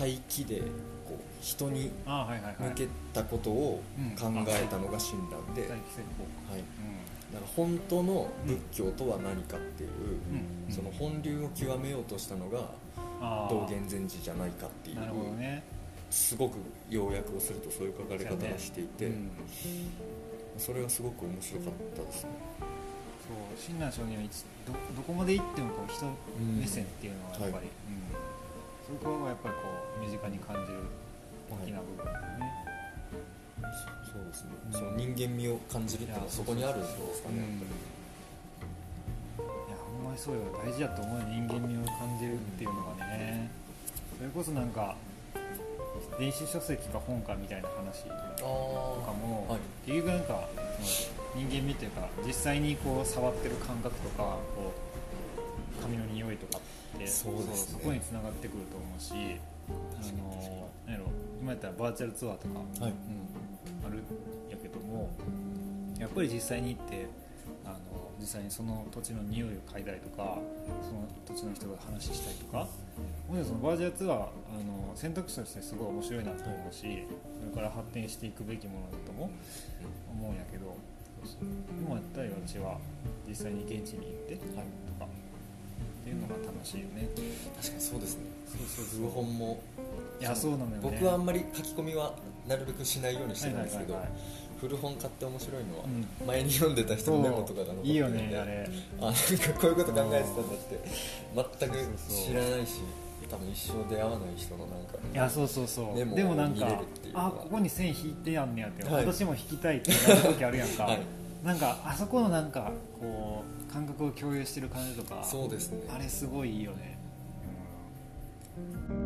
Speaker 2: ん
Speaker 3: 大気でこう人に
Speaker 2: あーはいはいはい
Speaker 3: 向けたことを
Speaker 2: うん
Speaker 3: 考えたのが親鸞で、
Speaker 2: 大気線法
Speaker 3: はい、なんか本当の仏教とは何かっていう、
Speaker 2: うん
Speaker 3: その本流を極めようとしたのが
Speaker 2: あー
Speaker 3: 道元禅師じゃないかっていう
Speaker 2: なるほどね
Speaker 3: すごく要約をするとそういう書かれ方がしていて、
Speaker 2: うん
Speaker 3: それがすごく面白かったですね。
Speaker 2: そう親鸞上人はいつどどこまで行ってもこう人目線っていうのはやっぱり、
Speaker 3: は
Speaker 2: うんそこがやっぱりこう身近に感じる大きな部分だよね、
Speaker 3: そうですね、その人間味を感じるっていうのはそこにあるんですかね、
Speaker 2: いやほんまにそうよ大事やと思うよ人間味を感じるっていうのがねそれこそなんか電子書籍か本かみたいな話
Speaker 3: あ
Speaker 2: とか
Speaker 3: あ
Speaker 2: も、
Speaker 3: はい
Speaker 2: 結局なんかその人間味というか実際にこう触ってる感覚とかこう髪の匂いとかって
Speaker 3: そうですね
Speaker 2: そこに繋がってくると思うしあのなんやろ今やったらバーチャルツアーとか、
Speaker 3: はい
Speaker 2: うん、あるんやけどもやっぱり実際に行ってあの実際にその土地の匂いを嗅いだりとかその土地の人が話したりとかもちろんそのバージャルツアーあの選択肢としてすごい面白いなと思うし、それから発展していくべきものだとも思うんやけど今やったら私は実際に現地に行ってとかっていうのが楽しいよね。
Speaker 3: 確かにそうですね
Speaker 2: そうそうそう
Speaker 3: 古本も
Speaker 2: いやそうなのよね
Speaker 3: 僕はあんまり書き込みはなるべくしないようにしてたんですけど、
Speaker 2: はいはいはい
Speaker 3: 古本買って面白いのは、
Speaker 2: う
Speaker 3: 前に読んでた人のメモとかが残ってるんで
Speaker 2: いいよねあれ
Speaker 3: あなんかこういうこと考えてたんだって全く
Speaker 2: そう
Speaker 3: 知らないし多分一生出会わない人のなんか
Speaker 2: いやそうそうそう
Speaker 3: メモを
Speaker 2: でもなん
Speaker 3: 見れ
Speaker 2: か
Speaker 3: るっていうのは
Speaker 2: あここに線引いてやんねやって、
Speaker 3: はい
Speaker 2: 私も引きたいってなる時あるやんか、
Speaker 3: はい
Speaker 2: なんかあそこのなんかこう感覚を共有してる感じとか
Speaker 3: そうですね
Speaker 2: あれすごいいいよね、うん